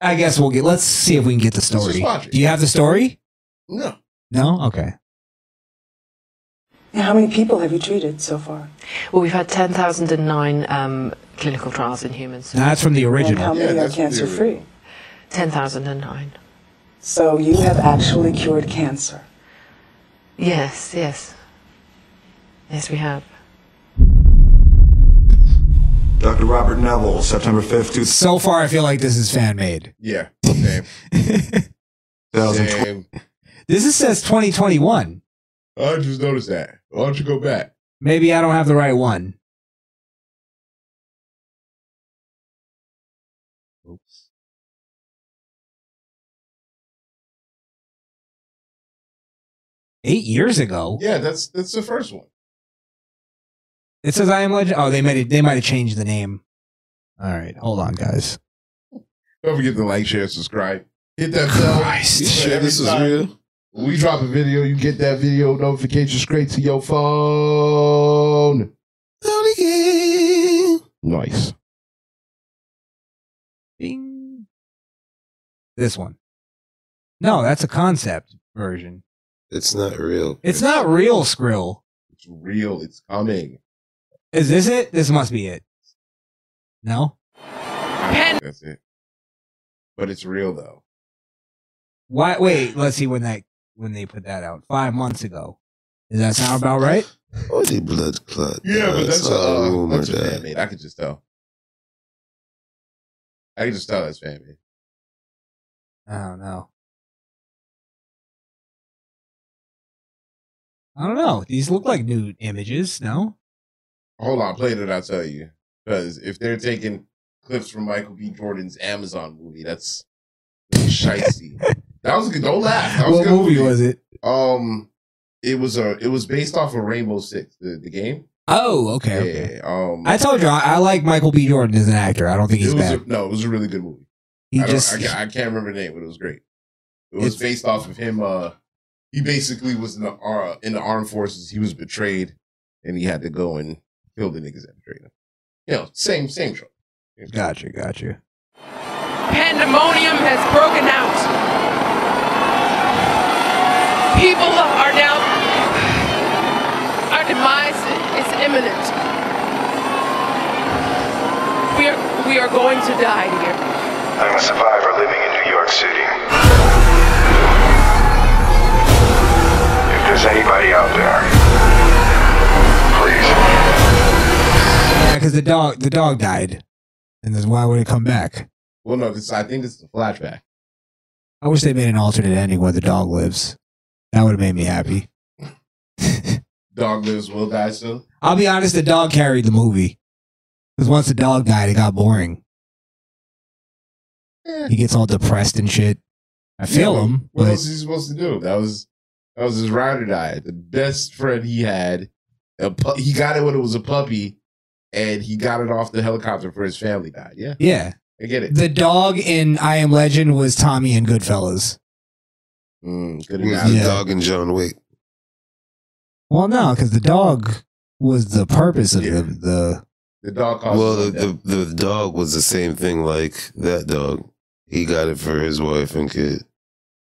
K: I guess we'll get. Let's see if we can get the
F: just
K: story.
F: watch it.
K: Do you have the story?
F: No.
K: No. Okay.
L: Now, how many people have you treated so far?
Q: Well, we've had 10,009 um, clinical trials in humans.
K: No, that's from the
L: And how
K: original.
L: many are
Q: that's
L: cancer free?
Q: 10,009.
L: So you have actually cured cancer.
Q: Yes, yes. Yes, we have.
R: Dr. Robert Neville, September 5th,
K: So far, I feel like this is fan <laughs> made.
D: <laughs>
F: Yeah. Same.
R: 2012.
F: Same.
K: This is, says 2021.
F: I just noticed that. Why don't you go back?
K: Maybe I don't have the right one. Eight years ago.
F: Yeah, that's that's the first one.
K: It says I am legend. Oh, they might have, they might have changed the name. All right, hold on, guys.
F: Don't forget to like, share, subscribe. Hit that bell.
K: Christ.
F: So
K: You sure
F: every
K: this was
F: time
K: real?
F: We drop a video, you get that video notification straight to your phone. Nice.
K: Bing. This one. No, that's a concept version.
D: It's not real.
K: It's not real, Skrill.
F: It's real. It's coming.
K: Is this it? This must be it. No.
F: That's it. But it's real though.
K: Why? Wait. Let's see when that when they put that out. Five months ago. Does that sound about right?
D: Oh, the blood clot.
F: Yeah, but that's
D: It's
F: a,
D: all
F: uh,
D: rumor
F: that's a fan
D: that.
F: made. I could just tell. I could just tell that's fan made.
K: I don't know. I don't know. These look like new images. No.
F: Hold on, play it. I'll tell you. Because if they're taking clips from Michael B. Jordan's Amazon movie, that's shicey. that was a good. Don't laugh. That was a
K: What
F: good
K: movie was it?
F: Um, it was a. It was based off of Rainbow Six, the, the game.
K: Oh, okay.
F: Yeah.
K: okay.
F: Um,
K: I told you I, I like Michael B. Jordan as an actor. I don't think
F: it
K: he's
F: was a,
K: bad.
F: no, it was a really good movie.
K: He
F: I, don't-
K: just-
F: I, ca- I can't remember the name, but it was great. It was
K: It's-
F: based off of him. Uh, he basically was in the uh, in the armed forces. He was betrayed, and he had to go and kill the niggas that betrayed him. You know, same same trope.
K: Gotcha, gotcha.
S: Pandemonium has broken out. People are now. Our demise is imminent. We are, we are going to die here.
A: I'm a survivor living in New York City. If there's anybody out there, please
I: because the dog the dog died, and that's why would it come back?
F: Well, no, this I think this is a flashback.
I: I wish they made an alternate ending where the dog lives. That would have made me happy.
F: Dog lives will die soon.
I: I'll be honest, the dog carried the movie. Because once the dog died, it got boring. He gets all depressed and shit. I feel
F: Yeah,
I: him,
F: What
I: but
F: else is he supposed to do? That was that was his ride or die. The best friend he had. A pu- he got it when it was a puppy, and he got it off the helicopter for his family died. Yeah,
I: yeah.
F: I get it.
I: The dog in I Am Legend was Tommy and Goodfellas.
F: Mm, good
D: Who's
F: analogy.
D: the dog and John Wick?
I: Well, no, because the dog was the purpose of the, the.
F: The dog caused
D: Well,
F: his
D: the,
F: own death.
D: the the dog was the same thing like that dog. He got it for his wife and kid.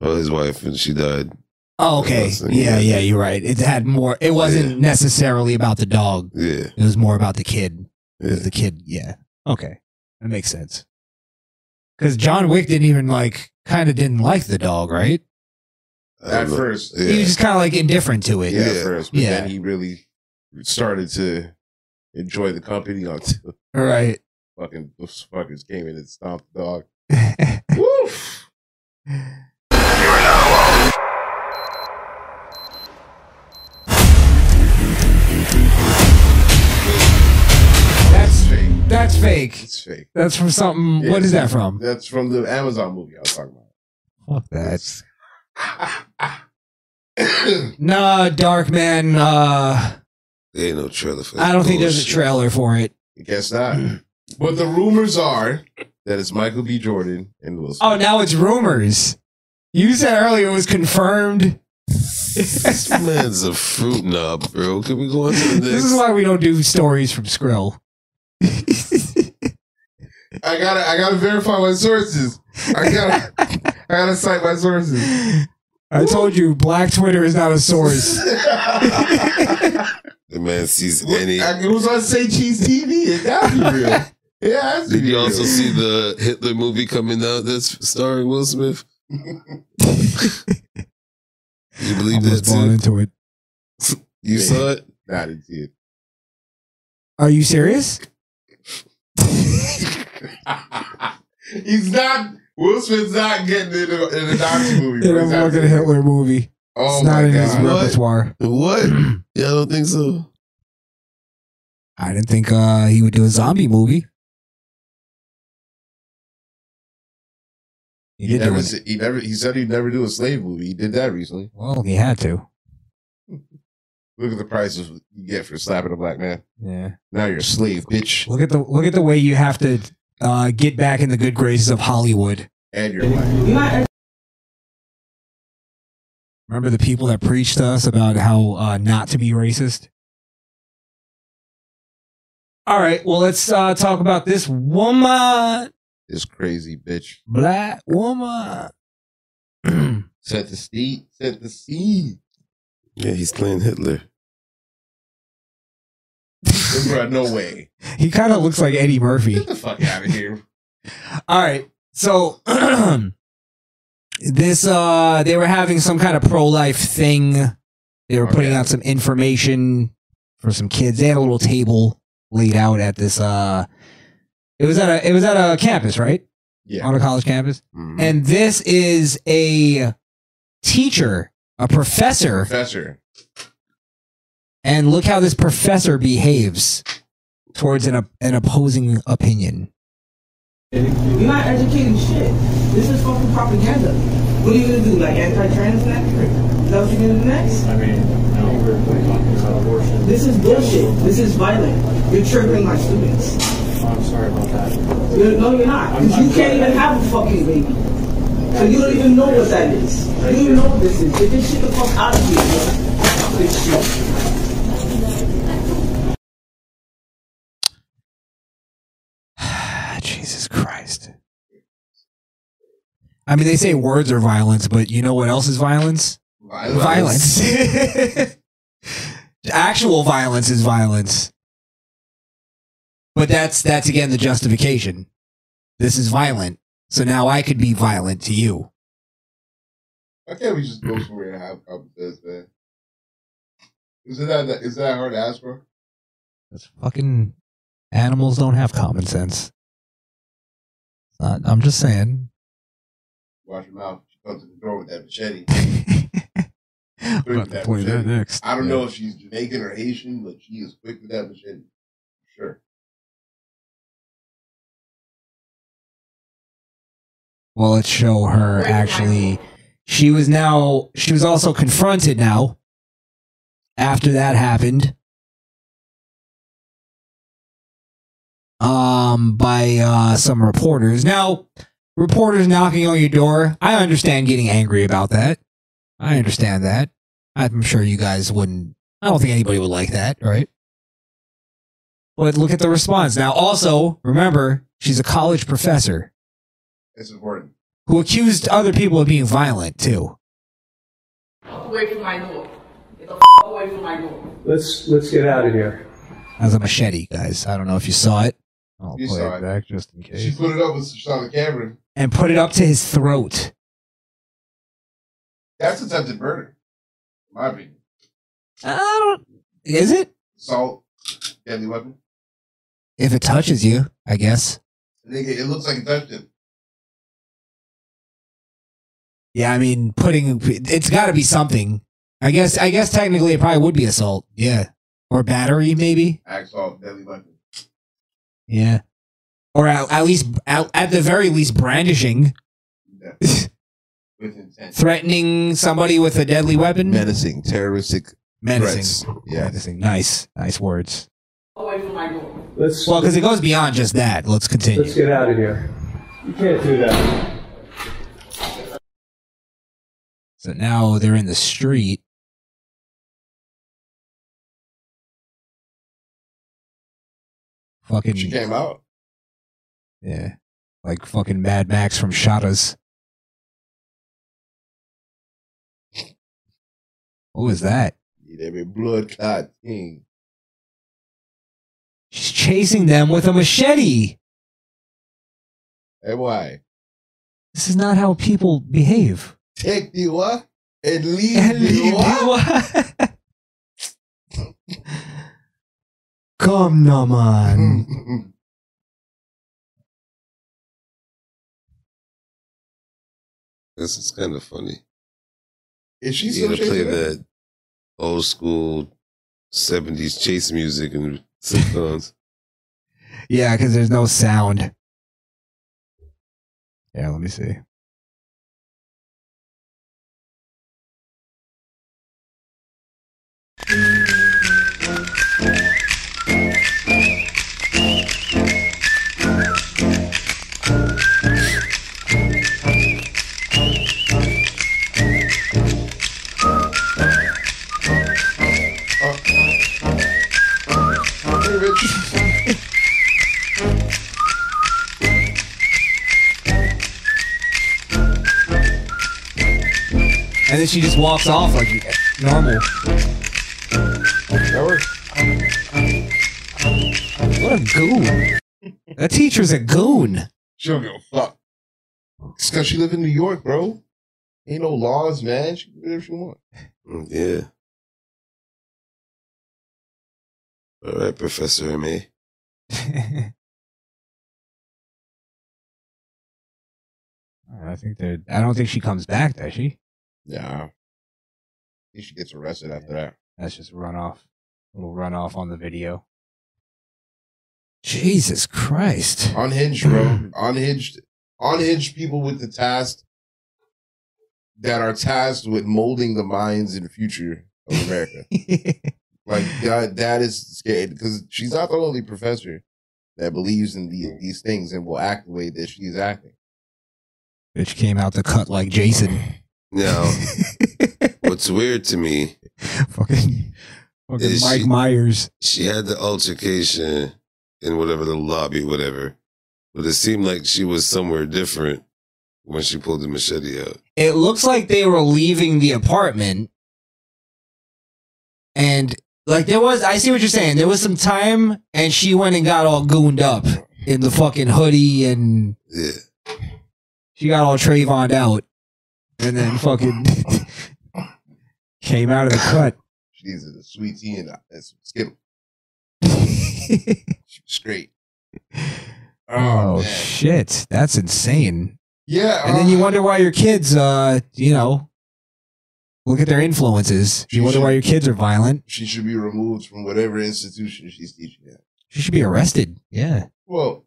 D: Well, his wife and she died.
I: Oh, okay. Yeah, yeah, you're right. It had more. It wasn't necessarily about the dog.
D: Yeah.
I: It was more about the kid. It was
D: Yeah.
I: The kid. Yeah. Okay. That makes sense. Because John Wick didn't even like, kind of didn't like the dog, right?
F: at first.
I: He was just kind of like indifferent to it.
F: Yeah, at first, but
I: yeah.
F: then he really started to enjoy the company until <laughs>
I: Right. <laughs>
F: fucking those fuckers came in and stomped the dog.
I: Woof.
F: That's fake.
I: That's fake.
F: It's fake.
I: That's from something.
F: Yeah,
I: what is that from?
F: That's from the Amazon movie I was talking about.
I: Fuck that. <coughs> nah, Dark Man. Uh,
D: There ain't no trailer for
I: I don't think there's a
F: Bullshit.
I: trailer for it.
F: I guess not. but the rumors are that it's Michael B. Jordan and Will Smith.
I: Oh, now it's rumors. You said earlier it was confirmed.
D: this Oh, man's a fruit knob, bro. Can we go on to the
I: <laughs> This is
D: next?
I: why we don't do stories from Skrill.
F: I gotta, I gotta verify my sources. I
I: <laughs>
F: gotta, I gotta cite my sources.
I: I told you, Black Twitter is not a source.
F: <laughs>
D: The man sees any.
F: I, it was on Say Cheese TV. It got
D: <laughs>
F: to be real. Yeah, that's
D: Did you also see the Hitler movie coming out that's starring Will
I: <laughs>
D: Smith? you believe that
I: Born
D: too?
I: into it.
D: You saw
I: <clears throat>
D: it?
F: Nah, I didn't see it.
I: Are
F: <laughs>
I: you serious?
F: <laughs> He's not. Will Smith's not getting in a, in
D: <laughs>
F: a Nazi
I: <laughs>
F: movie.
I: In
F: bro.
I: a
F: He's not
I: fucking
F: doing it.
I: Hitler movie.
F: Oh
I: it's not
F: my
I: in his
F: God. What?
I: repertoire.
D: What? Yeah, I don't think so.
I: I didn't think uh, he would do a zombie movie. He
F: He
I: did do
F: never,
I: it.
F: said- he never. He said he'd never do a slave movie. He did that recently.
I: Well, he had to.
F: Look at the prices you get for slapping a black man.
I: Yeah.
F: Now you're a slave, bitch,
I: Look at the look at the way you have to uh, get back in the good graces of Hollywood.
F: and you're black.
I: Remember the people that preached to us about how uh, not to be racist? All right, well, let's uh, talk about this woman,
F: This crazy bitch.
I: black woman. <clears throat>
F: Set the scene. Set the scene.
D: Yeah, he's playing Hitler.
F: Bro, no way.
I: He kind of looks like Eddie Murphy.
F: Get the fuck out
D: <laughs>
F: of here.
I: All right. So <clears throat> this uh they were having some kind of pro-life thing. They were putting out some information for some kids. They had a little table laid out at this uh it was at a it was at a campus, right?
F: Yeah.
I: On a college campus.
D: Mm.
F: Mhm.
I: And this is a teacher, a professor,
F: Professor.
I: and look how this professor behaves towards an op- an opposing opinion. <sighs>
P: You're not educating shit. This is fucking propaganda. What are you gonna do? Like anti-trans next? Is that what you're gonna do next? I mean, no, we're talking about abortion. This is bullshit. This is violent. You're triggering my students. I'm sorry about that. You're, no, you're not. Because you can't even have a fucking baby. So you don't even know what that is. You don't even know what this is. Get this shit the fuck out of here. bro. This shit.
I: Jesus Christ. I mean, they say words are violence, but you know what else is violence?
F: Violence.
I: Violence. <laughs> Actual violence is violence. But that's that's again the justification. This is violent, so now I could be violent to you.
F: Why can't we just <laughs> go somewhere and have conversations, man? Is it that is that hard to ask for?
I: Fucking Animals don't have common sense. Uh, I'm just saying.
F: Watch your mouth. She comes to the door with that machete.
I: We'll have to play that
F: machete.
I: next.
F: I don't
I: Yeah.
F: know if she's Jamaican or Haitian, but she is quick with that machete. Sure.
I: Well, let's show her actually. She was now, she was also confronted now after that happened. Um, by uh, some reporters. Now, reporters knocking on your door. I understand getting angry about that. I understand that. I'm sure you guys wouldn't. I don't think anybody would like that, right? But look at the response. Now, also, remember, she's a college professor
F: It's important.
I: who accused other people of being violent too.
B: Away from my door. Get the away from my door.
I: Let's let's get out of here. As a machete, guys. I don't know if you saw it. I'll
F: You
I: play
F: saw
I: it
F: it.
I: back just in case.
F: She put it up with shot the camera.
I: And put it up to his throat.
F: That's attempted murder. In my opinion.
I: I don't. Is it?
F: Assault, deadly weapon.
I: If it touches you, I guess.
F: Nigga, it looks like a dungeon.
I: Yeah, I mean, putting it's got to be something. I guess. I guess technically, it probably would be assault. Yeah, or battery, maybe.
F: Axol, deadly weapon.
I: Yeah, or at, at least at, at the very least, brandishing,
F: With intent.
I: threatening somebody with a deadly weapon.
F: Menacing, terroristic.
I: Menacing.
F: threats. Yeah.
I: Menacing. Nice. Nice words.
B: Away from my door.
I: Let's, well, because it goes beyond just that. Let's continue. Let's get out of here.
B: You can't do that.
I: So now they're in the street. Fucking.
F: She came out.
I: Yeah. Like fucking Mad Max from Shadas. What was that?
F: Need every blood clot thing.
I: She's chasing them with a machete.
F: Hey, why?
I: This is not how people <laughs> behave.
F: Take the what? And leave the what?
I: Come, no
F: Hmm.
I: man.
D: This is kind of funny.
F: <laughs> Is she
D: You
F: still
D: gotta play
F: chasing him?
D: that old school '70s chase music and sitcoms.
I: Yeah, because there's no sound. Yeah, let me see.
F: <laughs> Hey, Rich.
I: And then she just walks off like normal. What a goon. That teacher's a goon.
F: she don't give a fuck. It's because she live in New York, bro. Ain't no laws, man. She can do whatever she want.
D: Mm, yeah. All right, Professor Ma.
I: <laughs> I think they're. I don't think she comes back, does she?
F: Nah. I think she gets arrested after that.
I: That's just run off. Little run off on the video. Jesus Christ.
D: <laughs>
F: Unhinged, bro. Unhinged. Unhinged people with the task that are tasked with molding the minds and future of
D: <laughs>
F: America. like that, that is scary because she's not the only professor that believes in the, these things and will act the way that she's acting.
I: Bitch came out to cut like Jason.
D: Now, what's weird to me
I: <laughs> fucking, fucking
D: is
I: Mike
D: she-
I: Myers.
D: she had the altercation in whatever the lobby, whatever. But it seemed like she was somewhere different when she pulled the machete out.
I: It looks like they were leaving the apartment. And like there was I see what you're saying. There was some time and she went and got all gooned up in the fucking hoodie and
D: Yeah.
I: she got all Trayvon out. And then fucking <laughs> came out of the cut.
F: She's a sweet tea and, and some Skittles. Straight.
I: Oh, shit, that's insane.
F: Yeah, uh,
I: and then you wonder why your kids, uh, you know, look at their influences. You wonder why your kids are violent.
F: She should be removed from whatever institution she's teaching at.
I: She should be arrested. Yeah,
F: Well,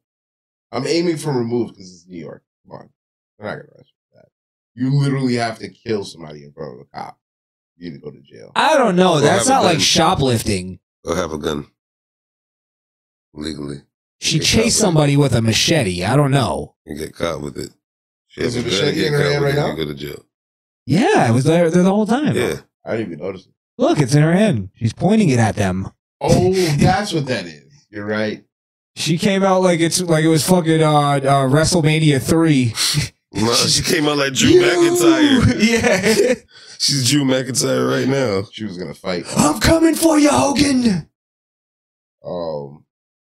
F: I'm aiming for removed because it's New York. Come on. They're not going to arrest you for that. You literally have to kill somebody in front of a cop. You need to go to jail.
K: I don't know.
F: Or
K: That's
F: have a
K: not like
F: gun.
K: shoplifting.
D: Or have a gun. Legally.
K: She chased somebody with a machete. I don't know.
D: And get caught with it.
F: Is
D: If
F: it
D: you gotta
F: machete
D: get
F: in her
D: caught with
F: hand right
D: it,
F: now?
D: You go to jail.
I: yeah, it was there, there the whole time.
D: Yeah. <laughs>
F: I didn't even notice it.
I: Look, it's in her hand. She's pointing it at them.
F: Oh, <laughs> that's what that is. You're right.
I: She came out like it's like it was fucking uh, uh WrestleMania three.
D: No, she came out like Drew McIntyre.
I: <laughs> Yeah.
D: She's Drew McIntyre right now.
F: She was going to fight.
I: I'm coming for you, Hogan.
F: Um,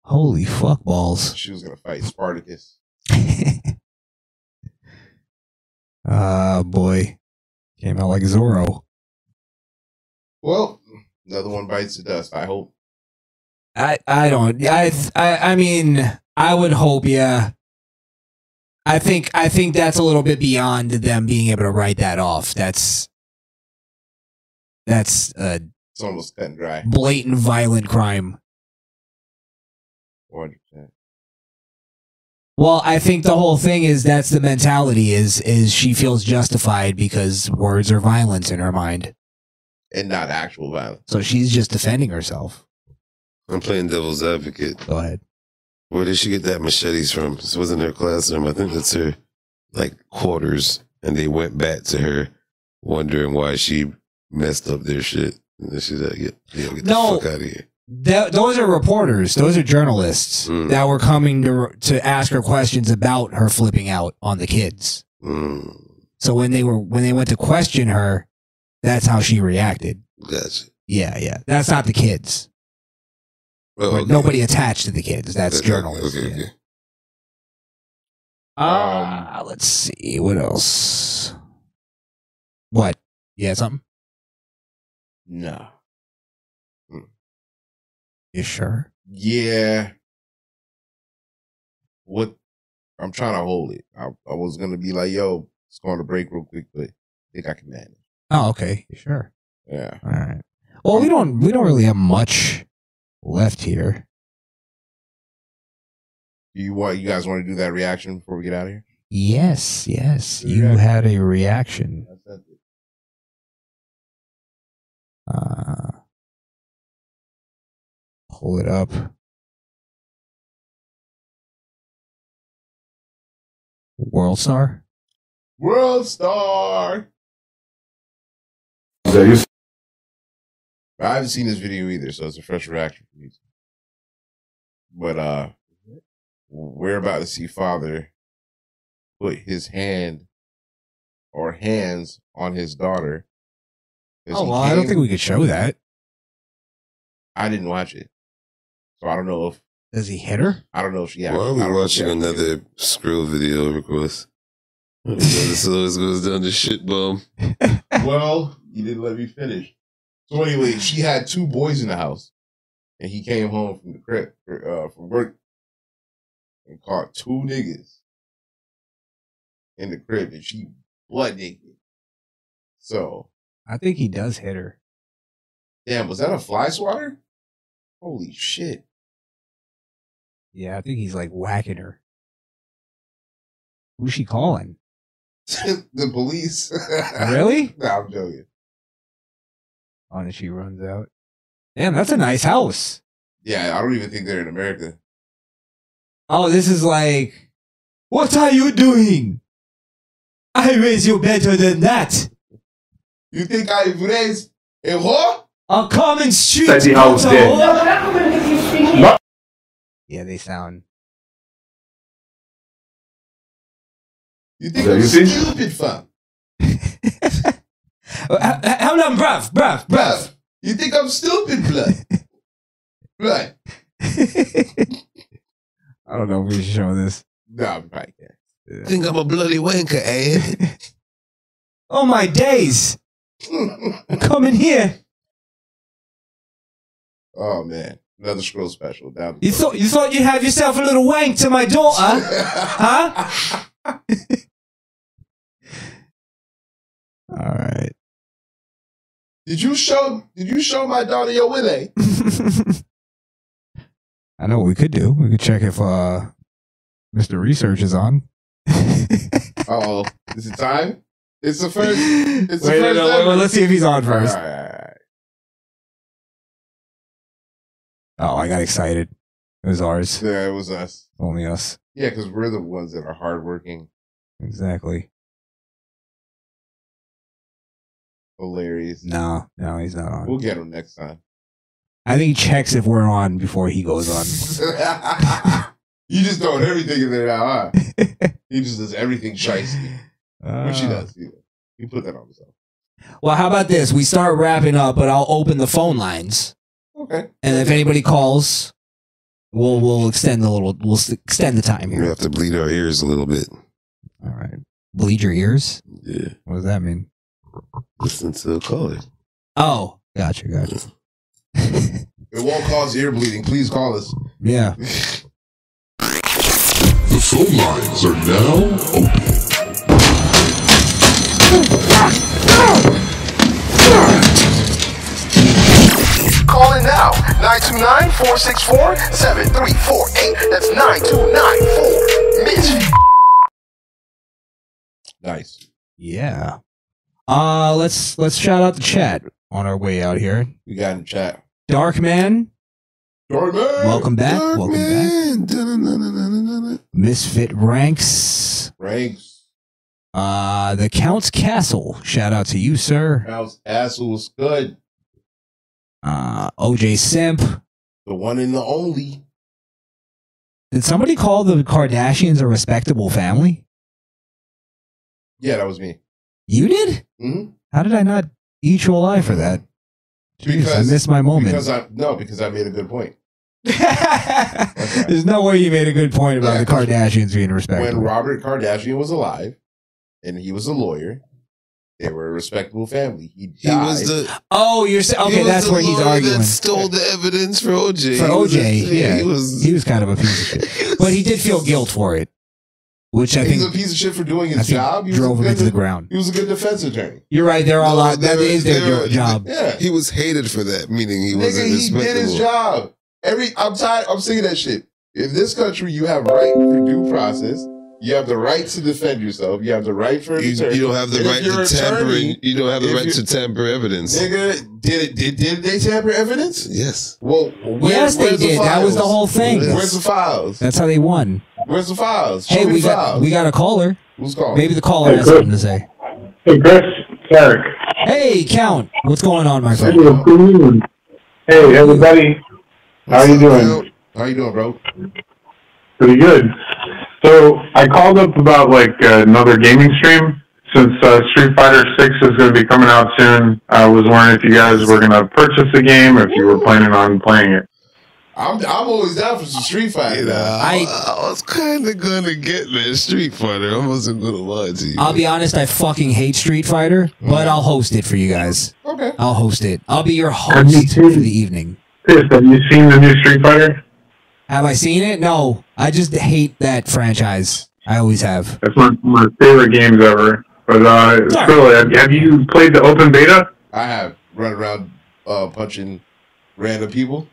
I: Holy fuck balls. <laughs>
F: She was going to fight Spartacus.
I: Ah, boy. Came out like Zorro.
F: Well, another one bites the dust, I hope.
K: I I don't. I th- I I mean, I would hope. Yeah. I think I think that's a little bit beyond them being able to write that off. That's that's a
F: It's almost cut and dry.
K: blatant violent crime.
F: 100%.
K: Well, I think the whole thing is that's the mentality is is she feels justified because words are violence in her mind.
F: And not actual violence.
K: So she's just defending herself.
D: I'm playing devil's advocate.
K: Go ahead.
D: Where did she get that machetes from? This wasn't her classroom. I think that's her like quarters. And they went back to her wondering why she messed up their shit. And then she's like, yeah, yeah, get
K: No.
D: the fuck out of here.
K: Th- those are reporters. Those are journalists
D: Mm.
K: that were coming to to ask her questions about her flipping out on the kids.
D: Mm,
K: So when they were when they went to question her, that's how she reacted.
D: gotcha.
K: Yeah, yeah. That's not the kids.
D: Oh,
K: But
D: okay.
K: Nobody attached to the kids. That's
D: Okay,
K: journalists.
D: Okay, okay.
K: Ah, let's see what else. What? Yeah, something.
F: No.
K: You sure?
F: Yeah. What? I'm trying to hold it. I, I was gonna be like, yo, it's going to break real quick, but I think I can manage.
K: Oh, okay. You sure?
F: Yeah.
K: All right. Well, we don't we don't really have much left here.
F: Do you want you guys want to do that reaction before we get out of here?
K: Yes, yes. You had a reaction. Uh, pull it up. World Star?
F: World star. I haven't seen this video either, so it's a fresh reaction for me. But uh we're about to see father put his hand or hands on his daughter. As
K: Oh,
F: he
K: well, I don't
F: came-
K: think we could show that.
F: I didn't watch it. So I don't know if
K: Does he hit her?
F: I don't know if she
D: Why are
F: actually
D: we watching another scroll video request? You know, this always goes down to shit bomb.
F: well, you didn't let me finish. So anyway, she had two boys in the house, and he came home from the crib uh, from work and caught two niggas in the crib, and she blood naked. So
K: I think he does hit her.
F: damn, was that a fly swatter? Holy shit! <laughs>
K: Yeah, I think he's like whacking her. Who's she calling?
F: the police. <laughs> Uh,
K: Really?
F: nah, I'm joking.
K: Oh, and she runs out. Damn, that's a nice house.
F: Yeah, I don't even think they're in America.
K: Oh, this is like, what are you doing? I raise you better than that.
F: You think I Eh, raised a whore?
K: A common street.
B: That's the house
K: not a
B: there.
K: whore.
B: What?
K: Yeah, they sound.
F: You think
B: Yeah,
F: I'm
B: you see?
F: stupid, fam?
K: uh, Hold on, bruv, bruv, <laughs>
F: bruv. You think I'm stupid, <laughs> blood? blood.
K: I don't know if we should show this.
F: Nah, I'm right there.
D: Think I'm a bloody wanker, eh?
K: Oh my <laughs> days! Come in here.
F: <laughs> Oh man, another scroll special.
I: <laughs>
F: Down
K: You thought you thought you'd have yourself a little wank to my daughter,
F: <laughs>
K: huh? <laughs>
I: All right.
E: Did you show? Did you show my daughter your willy?
I: <laughs> I know what we could do. We could check if uh, Mr. Research is on.
F: Oh, is it time? It's the first. It's the
I: Wait, no,
F: first.
I: no, wait,
F: ever.
I: wait, let's see if he's on <laughs> first.
F: All right, all right, all right.
I: Oh, I got excited. It was ours.
F: Yeah, it was us.
I: Only us.
F: Yeah, because we're the ones that are hardworking,
I: Exactly.
F: hilarious.
I: No, no, he's not on.
F: We'll get him next time.
I: I think he checks if we're on before he goes on.
F: <laughs> you just throwing everything in there now, huh? he just does everything shiesty. Which
I: Uh,
F: he
K: Ah.
F: does. You he put that on himself.
K: Well, how about this? We start wrapping up, but I'll open the phone lines.
F: Okay.
K: And if anybody calls, we'll we'll extend the little we'll s- extend the time
D: We
K: here.
D: have to bleed our ears a little bit.
I: All right. Bleed your ears.
D: Yeah.
I: What does that mean?
D: Listen to the caller.
K: Oh, gotcha, gotcha.
F: It won't cause ear bleeding. Please call us.
I: Yeah.
T: The phone lines are now open.
E: Call in now. 929-464-7348. That's 9294. Miss.
F: Nice.
I: Yeah. Uh let's let's shout out the chat on our way out here.
F: We got in chat.
I: Dark man.
F: Dark man.
I: Welcome back. Welcome back. Misfit ranks.
F: Ranks.
I: Uh the Count's Castle. Shout out to you, sir.
F: House asshole was good.
I: Uh OJ Simp.
F: The one and the only.
I: Did somebody call the Kardashians a respectable family?
F: Yeah, that was me.
I: You did?
F: Mhm.
I: How did I not eat you alive for that? Jeez, I missed my moment.
F: Because I no, because I made a good point.
I: There's no way you made a good point about
F: Yeah,
I: the Kardashians being
F: When
I: respectable.
F: Robert Kardashian was alive, and he was a lawyer, they were a respectable family. He,
D: He was
F: died.
D: the
K: Oh, you're sa-
D: he
K: okay.
D: was
K: That's
D: the
K: where he's
D: lawyer
K: arguing.
D: That stole the evidence for OJ.
K: For
D: He was a-
K: OJ, yeah,
D: he was.
I: he was kind of a piece
F: <laughs>
I: of shit, but he did feel guilt for it, which I
F: He's a
I: think
F: piece of shit for doing
I: I
F: his
I: think
F: job. He was
I: drove
F: a
I: him
F: good
I: into the
F: de-
I: ground.
F: He was a good defense attorney.
I: You're right. They're all out. That
D: They were-
I: is
D: they
F: <laughs>
I: their
D: were-
I: job.
F: Yeah.
D: He was hated for that, meaning he wasn't
F: Nigga, he
D: respectable.
F: did his job. Every I'm tired. I'm saying that shit. In this country, you have right for due process. You have the right to defend yourself. You have the right for an
D: You,
F: attorney.
D: you don't have the
F: And if
D: right
F: you're
D: to
F: an
D: tamper.
F: attorney-
D: You don't have the
F: if
D: right
F: you're-
D: to tamper evidence.
F: Nigga, did, did did they tamper evidence?
D: Yes.
F: Well, where,
K: Yes, they
F: where's the
K: did. That was the
F: files?
K: whole thing.
F: Where's the files?
I: That's how they won.
F: Where's the files? Show
K: Hey,
F: me Oh. the
K: we got
F: files.
K: we got a caller.
F: Who's calling?
K: Maybe the caller
I: Hey,
K: has
I: Chris.
K: something to say.
U: Hey, Chris, Eric.
K: Hey, Count. What's going on, my friend?
U: Good afternoon. Hey, everybody. How you doing?
F: How you doing, bro?
U: Pretty good. So I called up about like uh, another gaming stream since uh, Street Fighter Six is going to be coming out soon. I was wondering if you guys were going to purchase the game or if you were planning on playing it.
F: I'm I'm always down for some street fighting.
D: I, I was kind of gonna get that Street Fighter. I wasn't gonna lie to you.
K: I'll
I: Um,
K: be honest. I fucking hate Street Fighter,
F: Mm.
K: but I'll host it for you guys.
F: Okay.
K: I'll host it. I'll be your host for the evening.
U: Chris, have you seen the new Street Fighter?
K: Have I seen it? No. I just hate that franchise. I always have.
U: That's one of my favorite games ever. But uh,
K: Sorry.
U: Phil, have- have you played the open beta?
F: I have run around uh, punching random people.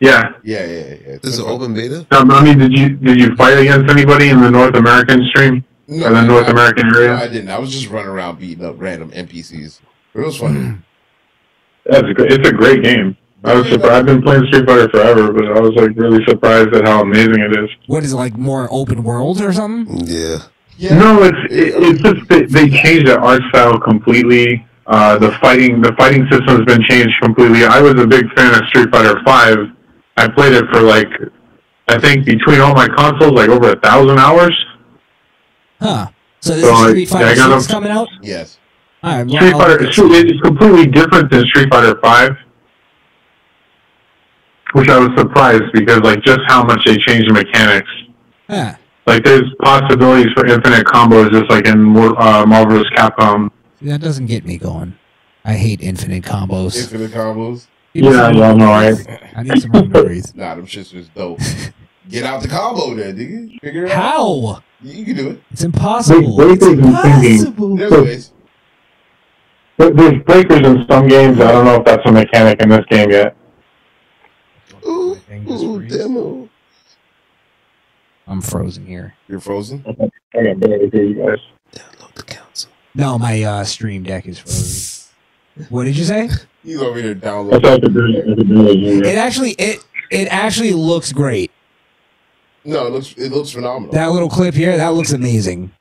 U: Yeah.
F: Yeah, yeah, yeah, yeah.
D: This is an open beta.
U: Now, Mommy, did you did you fight against anybody in the North American stream or the North
F: I-
U: American
F: No, I
U: area?
F: didn't. I was just running around beating up random NPCs. It was funny.
U: That's a great, it's a great game. I was surprised. I've been playing Street Fighter forever, but I was like really surprised at how amazing it is.
K: What is it like? More open world or something?
D: Yeah.
U: No, it's it, it's just they, they changed the art style completely. Uh, the fighting the fighting system's been changed completely. I was a big fan of Street Fighter Five. I played it for like I think between all my consoles, like over a thousand hours.
K: Huh. So this
U: So
K: is
U: I-
K: Street Fighter
U: I got
K: Six
U: them-
K: coming out.
F: Yes.
K: All right.
U: Street
I: Oh,
K: well, I'll-
U: Fighter Street- it's completely different than Street Fighter Five, which I was surprised because like just how much they changed the mechanics.
K: Yeah.
U: Like there's possibilities for infinite combos, just like in Mor- uh, Marvel vs. Capcom.
K: That doesn't get me going. I hate infinite combos.
F: Infinite combos.
U: Yeah, yeah, I know, right?
V: I need some room to breathe.
F: Nah, them shits was dope. Get out the combo there, nigga. Figure it
I: out.
F: How? You can do it.
I: It's impossible.
U: They- they think I'm thinking-
F: There's
U: so-
F: ways.
U: There- There's breakers in some games. I don't know if that's a mechanic in this game yet.
D: Ooh, demo.
I: I'm frozen here.
F: You're frozen?
U: I got to hear you guys.
I: No, my uh, stream deck is frozen. what did you say?
F: He's over here downloading.
U: That's how I could do it. I could do it.
I: It
U: yeah.
I: actually it it actually looks great.
F: No, it looks it looks phenomenal.
I: That little clip here, that looks amazing.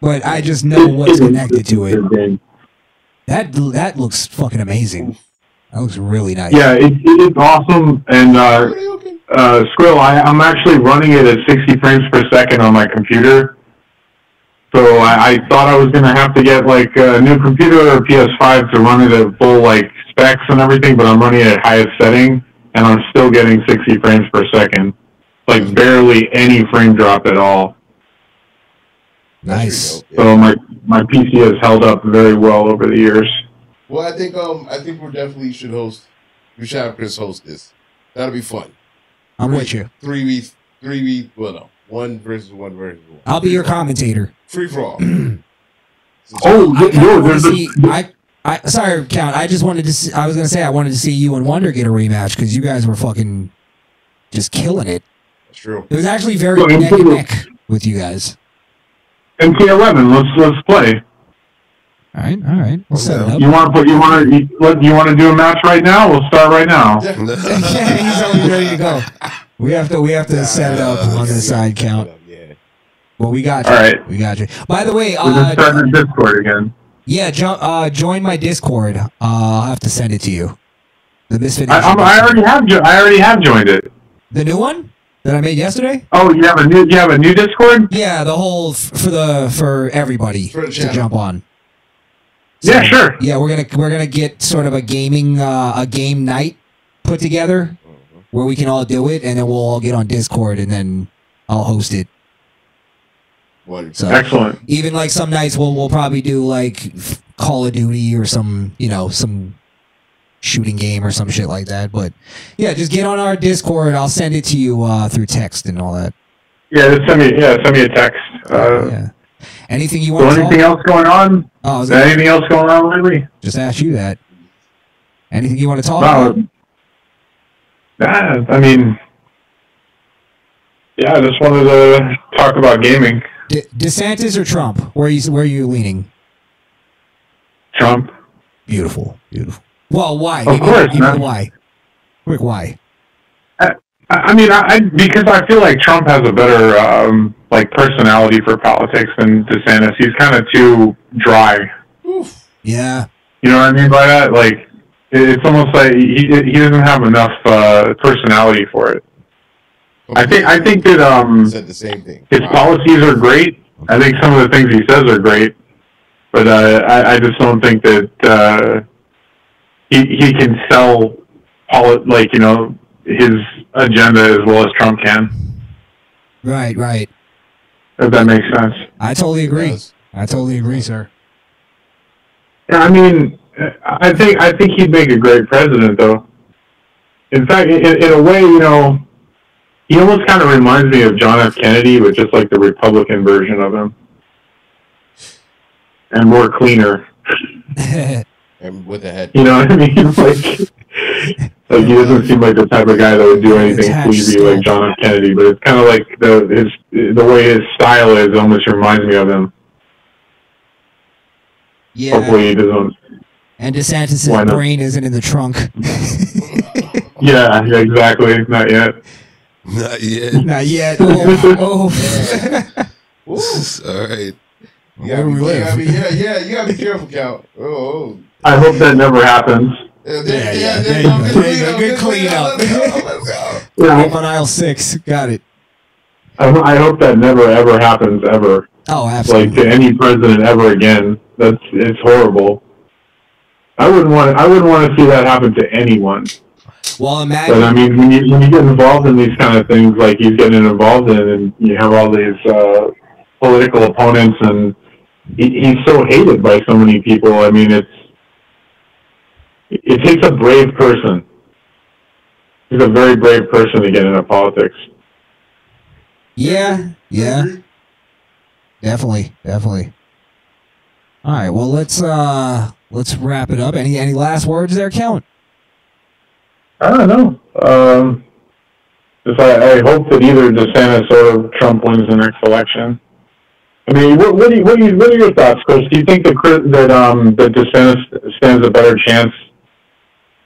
I: But I just know what's connected to it. That that looks fucking amazing. That looks really nice.
U: Yeah, it, it is awesome. And uh, uh, Skrill, I, I'm actually running it at 60 frames per second on my computer. So I, I thought I was going to have to get like uh, a new computer or PS5 to run it at full like specs and everything, but I'm running it at highest setting, and I'm still getting 60 frames per second, like barely any frame drop at all.
I: Nice.
U: So my my PC has held up very well over the years.
F: Well, I think um I think we are definitely should host. We should have Chris host this. That'll be fun.
I: I'm with you.
F: Three v three v well no one versus one versus one.
I: I'll be your commentator.
F: Free for
I: <clears throat>
F: all.
I: Oh, I kinda wanna see, I, I sorry, count. I just wanted to. See, I was gonna say I wanted to see you and Wonder get a rematch because you guys were fucking just killing it.
F: That's true.
I: It was actually very
U: Well,
I: neck and
U: improvement.
I: neck with you guys.
U: MP11, let's let's play.
I: All right, all right. We'll set it up.
U: You want to put you want to you, what- you want to do a match right now? We'll start right now.
I: <laughs> yeah, he's always ready to go. We have to. We have to set it up
F: Uh,
I: on the side count. Well, we got you.
U: All right.
I: We got you. By the way,
U: We're just
I: uh,
U: starting the Discord again.
I: yeah, jo- uh, join my Discord. Uh, I'll have to send it to you. The Misfit.
U: I, I'm, I already have jo- I already have joined it.
I: The new one that I made yesterday.
U: Oh, you have a new you have a new Discord?
I: Yeah, the whole f- for the for everybody to jump on.
U: yeah, sure.
I: Yeah, we're gonna we're gonna get sort of a gaming uh, a game night put together where we can all do it, and then we'll all get on Discord, and then I'll host it. So
U: Excellent.
I: Even like some nights we'll we'll probably do like f- Call of Duty or some you know some shooting game or some shit like that. But yeah, just get on our Discord. I'll send it to you uh, through text and all that.
U: Yeah, just send me yeah send me a text. Uh,
I: Anything you
U: So
I: want?
U: anything else going on?
I: Oh, I was
U: Is
I: gonna-
U: there anything else going on lately?
I: Just ask you that. Anything you want to talk
U: No.
I: about?
U: Nah, Uh, I mean, yeah, I just wanted to talk about gaming.
I: De- DeSantis or Trump? Where are you where are you leaning?
U: Trump.
I: Beautiful, beautiful. Well, why?
U: Of
I: Give me-
U: course,
I: give me
U: man.
I: Why? Quick, why?
U: I I mean, I, I because I feel like Trump has a better um, like personality for politics than DeSantis. He's kind of too dry.
I: Yeah.
U: You know what I mean by that? Like, it, it's almost like he he doesn't have enough uh, personality for it. I think I think that um,
F: Said the same thing.
U: his policies are great. I think some of the things he says are great, but uh, I, I just don't think that uh, he he can sell poli- like you know his agenda as well as Trump can.
I: Right, right.
U: If that makes sense.
I: I totally agree. I totally agree, sir.
U: Yeah, I mean, I think I think he'd make a great president, though. In fact, in, in a way, you know, he almost kind of reminds me of John F. Kennedy, but just like the Republican version of him, and more cleaner.
F: And with the head.
U: You know what I mean? <laughs> Like, like he doesn't seem like the type of guy that would do anything sleazy like John F. Kennedy. But it's kind of like the his the way his style is almost reminds me of him.
I: <laughs> Yeah.
U: Hopefully, he doesn't.
I: And
U: Why
I: DeSantis'
U: not?
I: brain isn't in the trunk.
U: <laughs> Yeah, yeah, exactly. Not yet.
D: Not yet.
I: <laughs>
U: <laughs>
I: Not yet. Oh, <laughs>
D: All right.
F: Yeah,
D: we
F: Yeah, I mean, yeah, yeah, you gotta be careful, Cal. Oh, oh.
U: I hope that never happens.
F: Yeah, yeah, yeah,
I: there you go. There you go. Good cleanup. <laughs> oh. Up on aisle six. Got it.
U: I, I hope that never ever happens ever.
I: Oh,
U: absolutely. Like to any president ever again. That's it's horrible. I wouldn't want I wouldn't want to see that happen to anyone.
I: Well, imagine.
U: But I mean, when you when you get involved in these kind of things, like he's getting involved in, and you have all these uh, political opponents, and he, he's so hated by so many people. I mean, it's it takes a brave person he's a very brave person to get into politics.
I: Yeah, yeah. Definitely, definitely. All right, well let's uh let's wrap it up. Any any last words there, Count?
U: I don't know. Um, just I, I hope that either DeSantis or Trump wins the next election. I mean, what, what, do you, what, do you, what are your thoughts, Chris? Do you think that Chris- that um, that DeSantis stands a better chance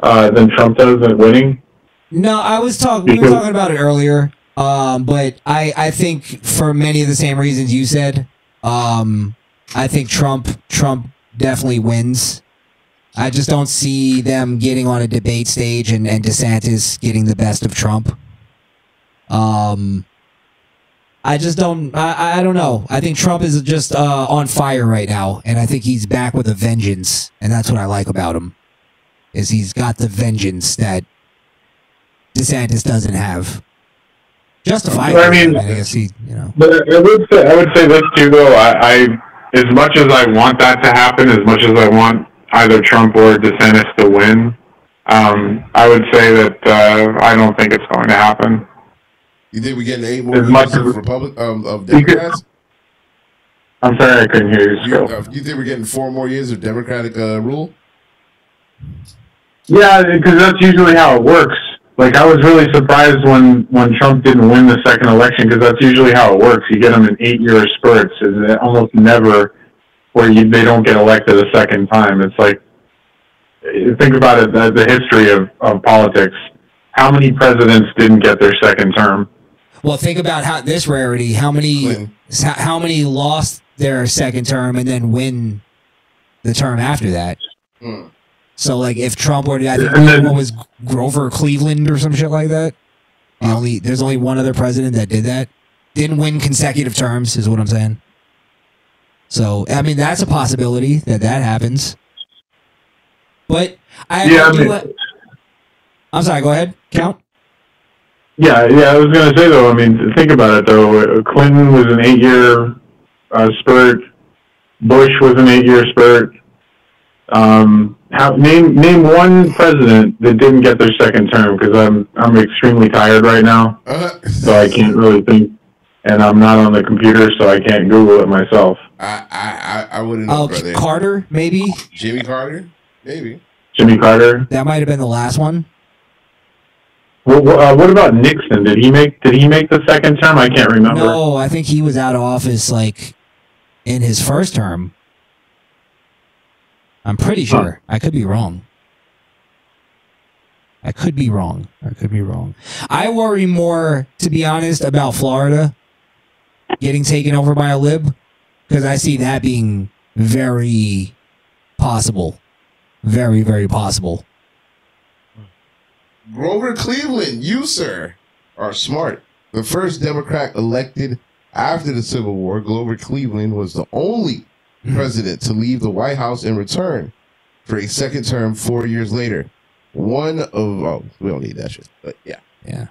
U: uh, than Trump does at winning?
I: No, I was talking. We were talking about it earlier. Um, but I, I think for many of the same reasons you said, um, I think Trump Trump definitely wins. I just don't see them getting on a debate stage and, and DeSantis getting the best of Trump. Um, I just don't. I, I don't know. I think Trump is just uh, on fire right now, and I think he's back with a vengeance, and that's what I like about him, is he's got the vengeance that DeSantis doesn't have. Justified.
U: I mean,
I: I guess he, you know.
U: But I would say I would say this too, though. I, I as much as I want that to happen, as much as I want either Trump or DeSantis to win, um, I would say that uh, I don't think it's going to happen.
F: You think we're getting eight
U: As
F: more
U: much
F: years
U: as-
F: of Republic of, of Democrats?
U: I'm sorry, I couldn't hear you.
F: You,
U: Still.
F: uh, you think we're getting four more years of Democratic uh, rule?
U: Yeah, because that's usually how it works. Like I was really surprised when when Trump didn't win the second election because that's usually how it works. You get them in eight year spurts, and it almost never where you, they don't get elected a second time. It's like think about it the, the history of, of politics. How many presidents didn't get their second term?
I: Well, think about how this rarity. How many? s- How, how many lost their second term and then win the term after that? So, like, if Trump were to, I think
U: Hmm. And then-
I: what was Grover Cleveland or some shit like that. The only there's only one other president that did that. Didn't win consecutive terms, is what I'm saying. So, I mean, that's a possibility that that happens. But I,
U: Yeah, I
I: do
U: mean-
I: let- I'm sorry. Go ahead, count.
U: Yeah, yeah. I was gonna say though. I mean, think about it though. Clinton was an eight-year uh, spurt. Bush was an eight-year spurt. Um, how, name name one president that didn't get their second term because I'm I'm extremely tired right now, so I can't really think, and I'm not on the computer, so I can't Google it myself.
F: <laughs> I, I, I wouldn't know.
I: Oh,
F: brother.
I: Carter, maybe
F: Jimmy Carter? Maybe.
U: Jimmy Carter.
I: that might have been the last one.
U: What, what, uh, what about Nixon? Did he make Did he make the second term? I can't remember.
I: No, I think he was out of office like in his first term. I'm pretty
K: Huh.
I: sure. I could be wrong. I could be wrong. I could be wrong. I worry more, to be honest, about Florida getting taken over by a lib because I see that being very possible. Very, very possible.
F: Grover Cleveland, you, sir, are smart.
E: The first Democrat elected after the Civil War, Glover Cleveland, was the only president to leave the White House and return for a second term four years later. One of oh, we don't need that shit, but yeah,
I: yeah.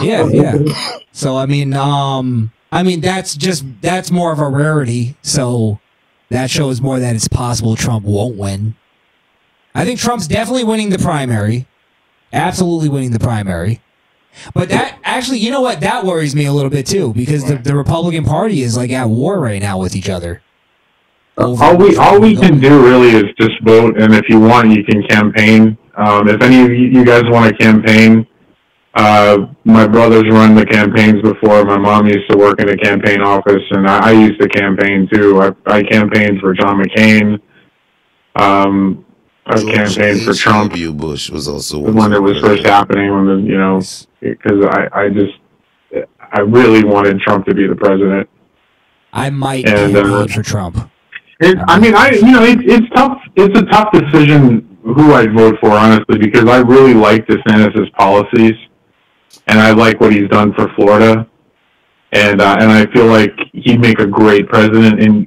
I: yeah yeah so i mean um i mean that's just that's more of a rarity so that shows more that it's possible trump won't win i think trump's definitely winning the primary absolutely winning the primary but that actually you know what that worries me a little bit too because the, the republican party is like at war right now with each other
U: all we all we can do really is just vote, and if you want, you can campaign. Um, if any of you, you guys want to campaign, uh, my brothers run the campaigns before. My mom used to work in the campaign office, and I, I used to campaign too. I, I campaigned for John McCain. Um, I campaigned for Trump
D: W. Bush was also
U: when it was first happening. When the you know, because I I just I really wanted Trump to be the president.
I: i might
U: And, uh,
I: campaign for trump
U: It, I mean, I you know, it, it's tough. It's a tough decision who I'd vote for, honestly, because I really like DeSantis' policies, and I like what he's done for Florida, and uh, and I feel like he'd make a great president. And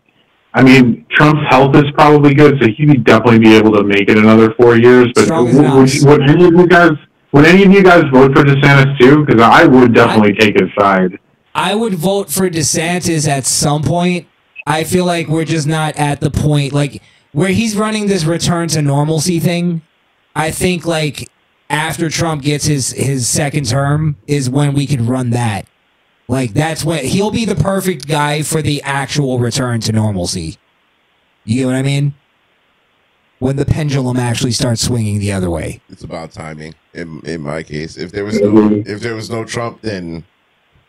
U: I mean, Trump's health is probably good, so he'd definitely be able to make it another four years. But
I: Strong as
U: would,
I: an
U: would,
I: ox.
U: would any of you guys? Would any of you guys vote for DeSantis too? Because I would definitely take his side.
I: I would vote for DeSantis at some point. I feel like we're just not at the point like where he's running this return to normalcy thing. I think like after Trump gets his his second term is when we could run that. Like that's when he'll be the perfect guy for the actual return to normalcy. You know what I mean? When the pendulum actually starts swinging the other way.
F: It's about timing. In in my case, if there was
U: Mm-hmm.
F: no if there was no Trump, then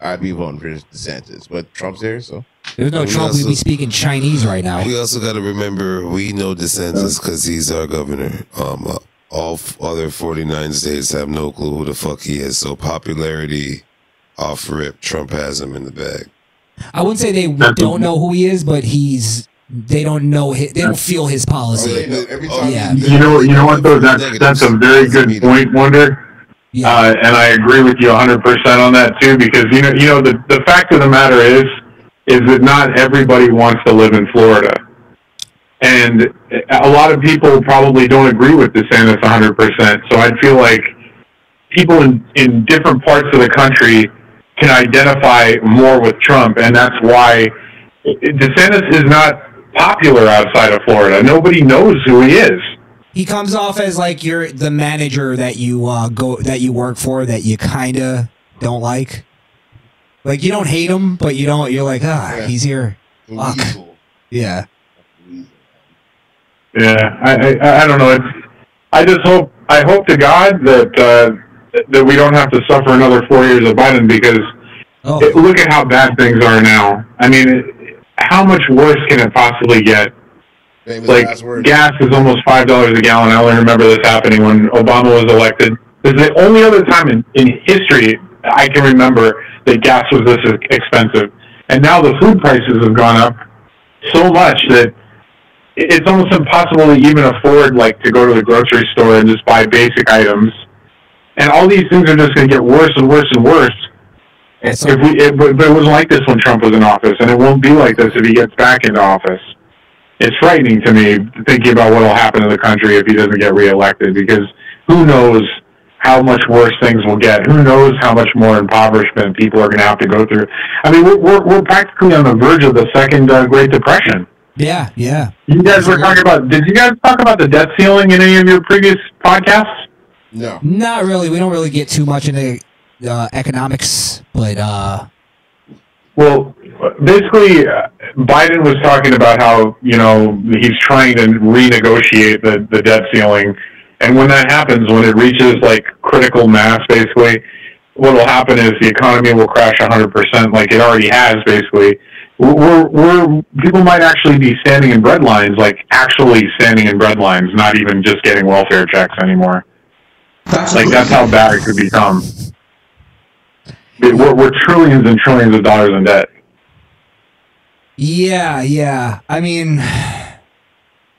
F: I'd be voting for DeSantis. But Trump's there, so
I: There's no
D: And we
I: Trump. We'd be
D: also-
I: speaking Chinese right now.
D: We also got to remember we know DeSantis because he's our governor. Um, uh, all f- other 49 states have no clue who the fuck he is. So popularity off rip, Trump has him in the bag.
I: I wouldn't say they don't know who he is, but he's they don't know his, they don't feel his
F: Oh,
I: policy.
D: Oh,
I: yeah.
U: You know, you know what though? That's that's a very good point, Wonder. Uh, and I agree with you 100 percent on that too, because you know, you know, the the fact of the matter is, is that not everybody wants to live in Florida, and a lot of people probably don't agree with DeSantis 100 percent. So I feel like people in in different parts of the country can identify more with Trump, and that's why DeSantis is not popular outside of Florida. Nobody knows who he is.
I: He comes off as like you're the manager that you uh, go that you work for that you kind of don't like. Like you don't hate him, but you don't. You're like, ah, he's here. Fuck. Yeah.
U: Yeah, I, I I don't know. It's I just hope I hope to God that uh, that we don't have to suffer another four years of Biden because
I: Oh,
U: it- look at how bad things are now. I mean, it- how much worse can it possibly get? Like gas is almost five dollars a gallon. I only remember this happening when Obama was elected. This is the only other time in, in history I can remember that gas was this e- expensive. And now the food prices have gone up so much that it- it's almost impossible to even afford like to go to the grocery store and just buy basic items. And all these things are just going to get worse and worse and worse. if we, it, but but it wasn't like this when Trump was in office, and it won't be like this if he gets back into office. It's frightening to me thinking about what will happen to the country if he doesn't get reelected, because who knows how much worse things will get? Who knows how much more impoverishment people are going to have to go through? I mean, we're, we're, we're practically on the verge of the second uh, Great Depression.
I: Yeah. Yeah.
U: You guys were talking about. Did you guys talk about the debt ceiling in any of your previous podcasts?
F: No.
I: Not really. We don't really get too much into uh, economics, but uh,
U: Well, basically, uh, Biden was talking about how you know he's trying to renegotiate the the debt ceiling, and when that happens, when it reaches like critical mass, basically, what will happen is the economy will crash 100 percent, like it already has, basically. We're, we're people might actually be standing in bread lines, like actually standing in bread lines, not even just getting welfare checks anymore. like that's how bad it could become. We're, we're trillions and trillions of dollars in debt.
I: yeah, yeah. I mean, I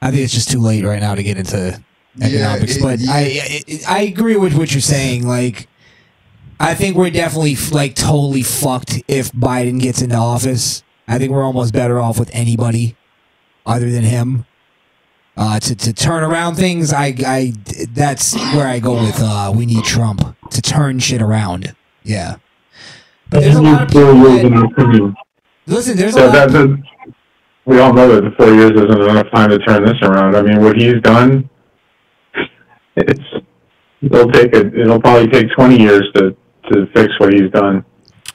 I: think it's just too late right now to get into economics, but I, I I agree with what you're saying. Like, I think we're definitely like totally fucked if Biden gets into office. I think we're almost better off with anybody other than him. Uh, to, to turn around things, I, I that's where I go with uh, we need Trump to turn shit around. Yeah. But there's a lot of people
U: that,
I: Listen, there's a
U: that,
I: lot of
U: that- we all know that the four years isn't enough time to turn this around. I mean, what he's done, it's it'll take a, it'll probably take twenty years to to fix what he's done.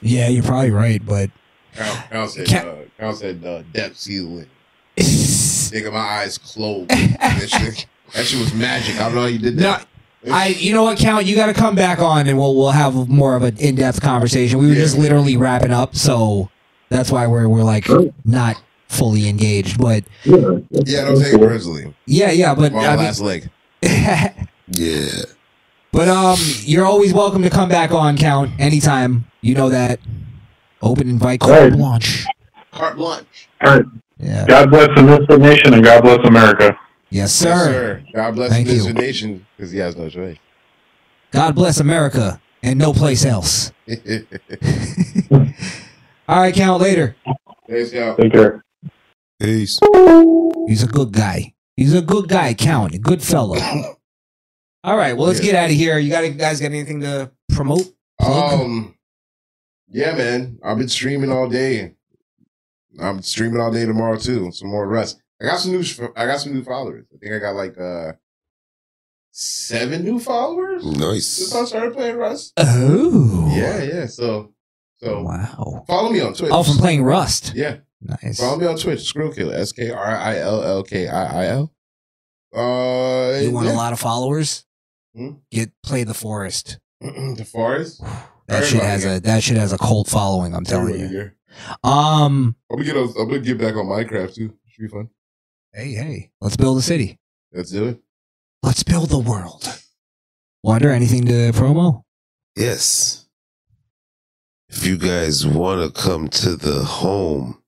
I: Yeah, you're probably right, but <laughs>
F: Kyle, Kyle said, uh, Kyle said uh, depth ceiling. Nigga, my eyes closed. that, shit, that shit was magic. I don't know how you did that.
I: I, you know what, Count, you got to come back on, and we'll we'll have more of an in depth conversation. We were just literally wrapping up, so that's why we're we're like not fully engaged. But
F: yeah, don't take it personally.
I: yeah, yeah, but
F: My
I: I mean,
F: last leg.
D: Yeah.
I: <laughs> but um, you're always welcome to come back on, Count, anytime. You know that. Open invite, carte
U: Right.
I: blanche.
F: Carte blanche.
U: All right. God bless the Misfit Nation and God bless America.
I: Yes, sir.
F: God bless
I: Thank
F: this
I: you.
F: nation because he has no choice. <laughs>
I: God bless America and no place else. <laughs> All right, Count. Later.
F: Thanks, y'all.
U: Take care.
D: Peace.
I: He's a good guy. He's a good guy, Count. A good
F: <coughs>
I: fellow. All right, well, let's
F: Yeah.
I: get out of here. You got you guys got anything to promote?
F: Um, yeah, man. I've been streaming all day. I'm streaming all day tomorrow too. Some more rest. I got some new. I got some new followers. I think I got like uh seven new followers.
D: Nice.
F: Since I started playing Rust.
I: Oh.
F: Yeah, yeah. So, so
I: wow.
F: Follow me on Twitch.
I: Oh, from playing Rust.
F: Yeah.
I: Nice.
F: Follow me on Twitch. Skrillkill. S K R I L L K I I L. Uh,
I: You want
F: yeah.
I: a lot of followers?
F: Hmm?
I: Get play the forest.
F: <clears throat> the forest.
I: That shit
F: Everybody
I: has
F: here.
I: a that shit has a cult following. I'm telling
F: Everybody
I: you.
F: here.
I: Um.
F: I'm gonna get. on- I'm gonna get back on Minecraft too. Should be fun.
I: Hey, hey. Let's build a city.
F: Let's do it.
I: Let's build the world. Wander, anything to promo?
D: Yes. If you guys want to come to the home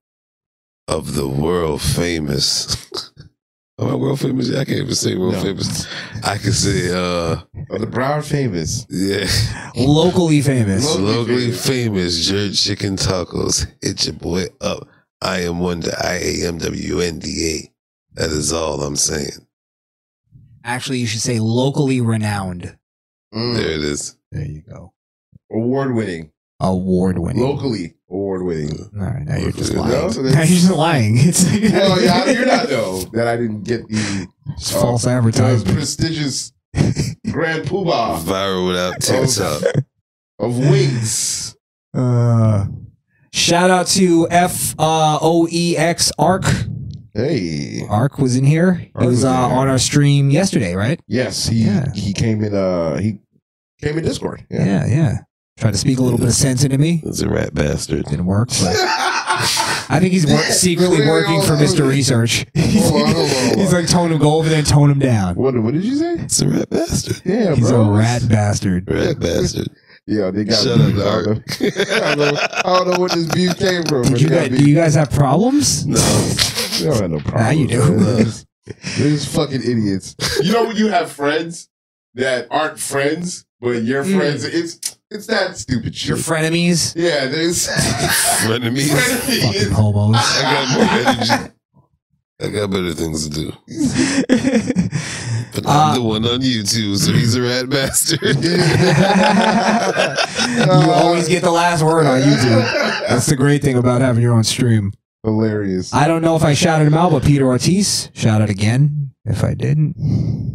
D: of the world famous, <laughs> am I world famous? I can't even say world
F: No.
D: famous. I can say, uh,
F: Of the brown famous.
D: yeah,
I: Locally famous.
D: locally famous jerk chicken tacos. Hit your boy up. Uh, I am Wonder. I A M W N D A. That is all I'm saying.
I: Actually, you should say locally renowned.
F: Mm.
D: There it is.
I: There you go.
F: Award winning.
I: Award winning.
F: Locally award winning.
D: uh,
I: All right, now you're just
F: No,
I: lying.
F: so
I: <laughs> now you're
F: that's-
I: just lying. It's
F: <laughs> well, yeah,
D: <laughs>
F: you're not though. That I didn't get the
I: <laughs> It's false advertisement.
F: prestigious Grand Poobah
D: Viral without tits up.
F: of wings.
I: Uh, shout out to F uh, O E X Arc.
F: Hey,
I: Arc was in here.
F: Arc
I: he was
F: was
I: uh,
F: in here.
I: on our stream yesterday, right?
F: Yes, he
I: Yeah.
F: he came in. Uh, he came in Discord.
I: Yeah, yeah. Tried to speak a little bit of sense into me.
D: It's a rat bastard.
I: Didn't work. But I think he's wor-
F: <laughs>
I: secretly
F: Oh,
I: working for Mr. Research. <laughs>
F: Hold on, hold on, hold on.
I: he's like, tone him, go over there and tone him
F: <laughs>
I: down.
F: What, what did you say?
D: It's a rat bastard.
F: Yeah,
I: He's
F: bro.
I: a rat bastard.
D: Rat bastard.
F: Yeah, they got
D: Shut up,
F: beef, I don't know. <laughs> I, don't know, I don't know where this beef came from. but
I: Did you
F: they got
I: guys,
F: beef.
I: do you guys have
D: <laughs>
I: problems?
D: No.
F: They don't have no problem.
I: Now you do.
F: <laughs> They're just fucking idiots. You know when you have friends that aren't friends, but you're
I: Mm.
F: friends. It's it's that stupid shit.
I: Your frenemies,
D: <laughs>
F: yeah, <laughs> there's
D: Friend of me.
I: fucking homos. <laughs>
D: I got more energy. I got better things to do.
F: <laughs>
D: But I'm the
I: Uh,
D: one on YouTube, so he's a rat <laughs> bastard.
I: <laughs> you always get the last word on YouTube. That's the great thing about having your own stream.
F: hilarious.
I: I don't know if I shouted him out, but Peter Ortiz shouted again. If I didn't,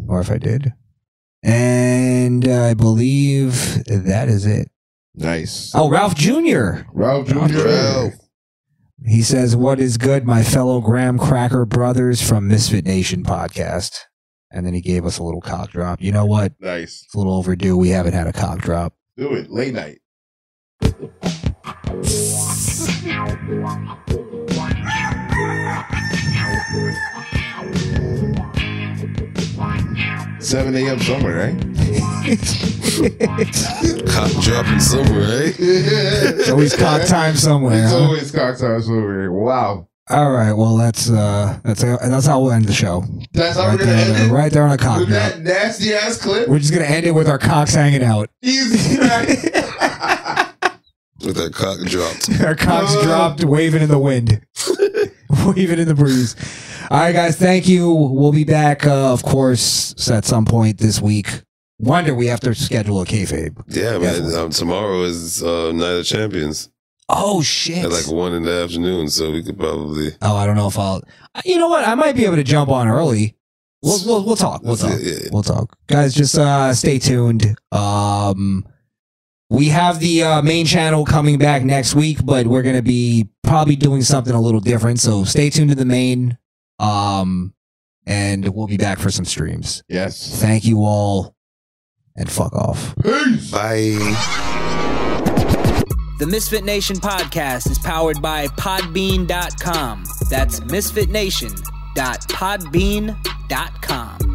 I: or if I did, and I believe that is it.
F: Nice,
I: Oh, Ralph Jr.
F: Ralph
I: Ralph
F: Jr.
D: Ralph.
I: He says, "What is good, my fellow Graham Cracker brothers from Misfit Nation podcast?" And then he gave us a little cock drop. You know what?
F: Nice.
I: It's a little overdue. We haven't had a
F: <laughs>
I: cock drop.
F: Do it late night. Seven a.m. somewhere, right?
D: Cop dropping somewhere,
F: <laughs>
D: right?
I: It's always cock time somewhere.
F: It's
I: huh?
F: always cock time somewhere. Wow,
I: All right. Well, that's uh, that's that's how we'll end the show.
F: that's how
I: Right
F: we're gonna end
I: there,
F: it.
I: right there on a cock
F: With
I: drop.
F: that nasty ass clip.
I: We're just gonna end it with our cocks hanging out.
F: Jesus
I: <laughs>
F: Christ.
D: With that cock dropped.
I: Our cocks
F: Uh.
I: dropped, waving in the wind, waving in the breeze. All right, guys. Thank you. We'll be back, uh, of course, at some point this week. Wonder we have to schedule a kayfabe.
D: Yeah, man. Um, tomorrow is uh, Night of Champions
I: Oh shit.
D: at like one in the afternoon, so we could probably.
I: oh, I don't know if I'll. You know what? I might be able to jump on early. We'll we'll, we'll talk. We'll talk.
D: Yeah, yeah.
I: we'll talk guys just uh stay tuned um we have the uh, main channel coming back next week but we're gonna be probably doing something a little different so stay tuned to the main um and we'll be back for some streams
F: Yes.
I: thank you all and fuck off
F: Peace.
D: Bye.
W: The Misfit Nation podcast is powered by Podbean.com. That's misfitnation.podbean.com.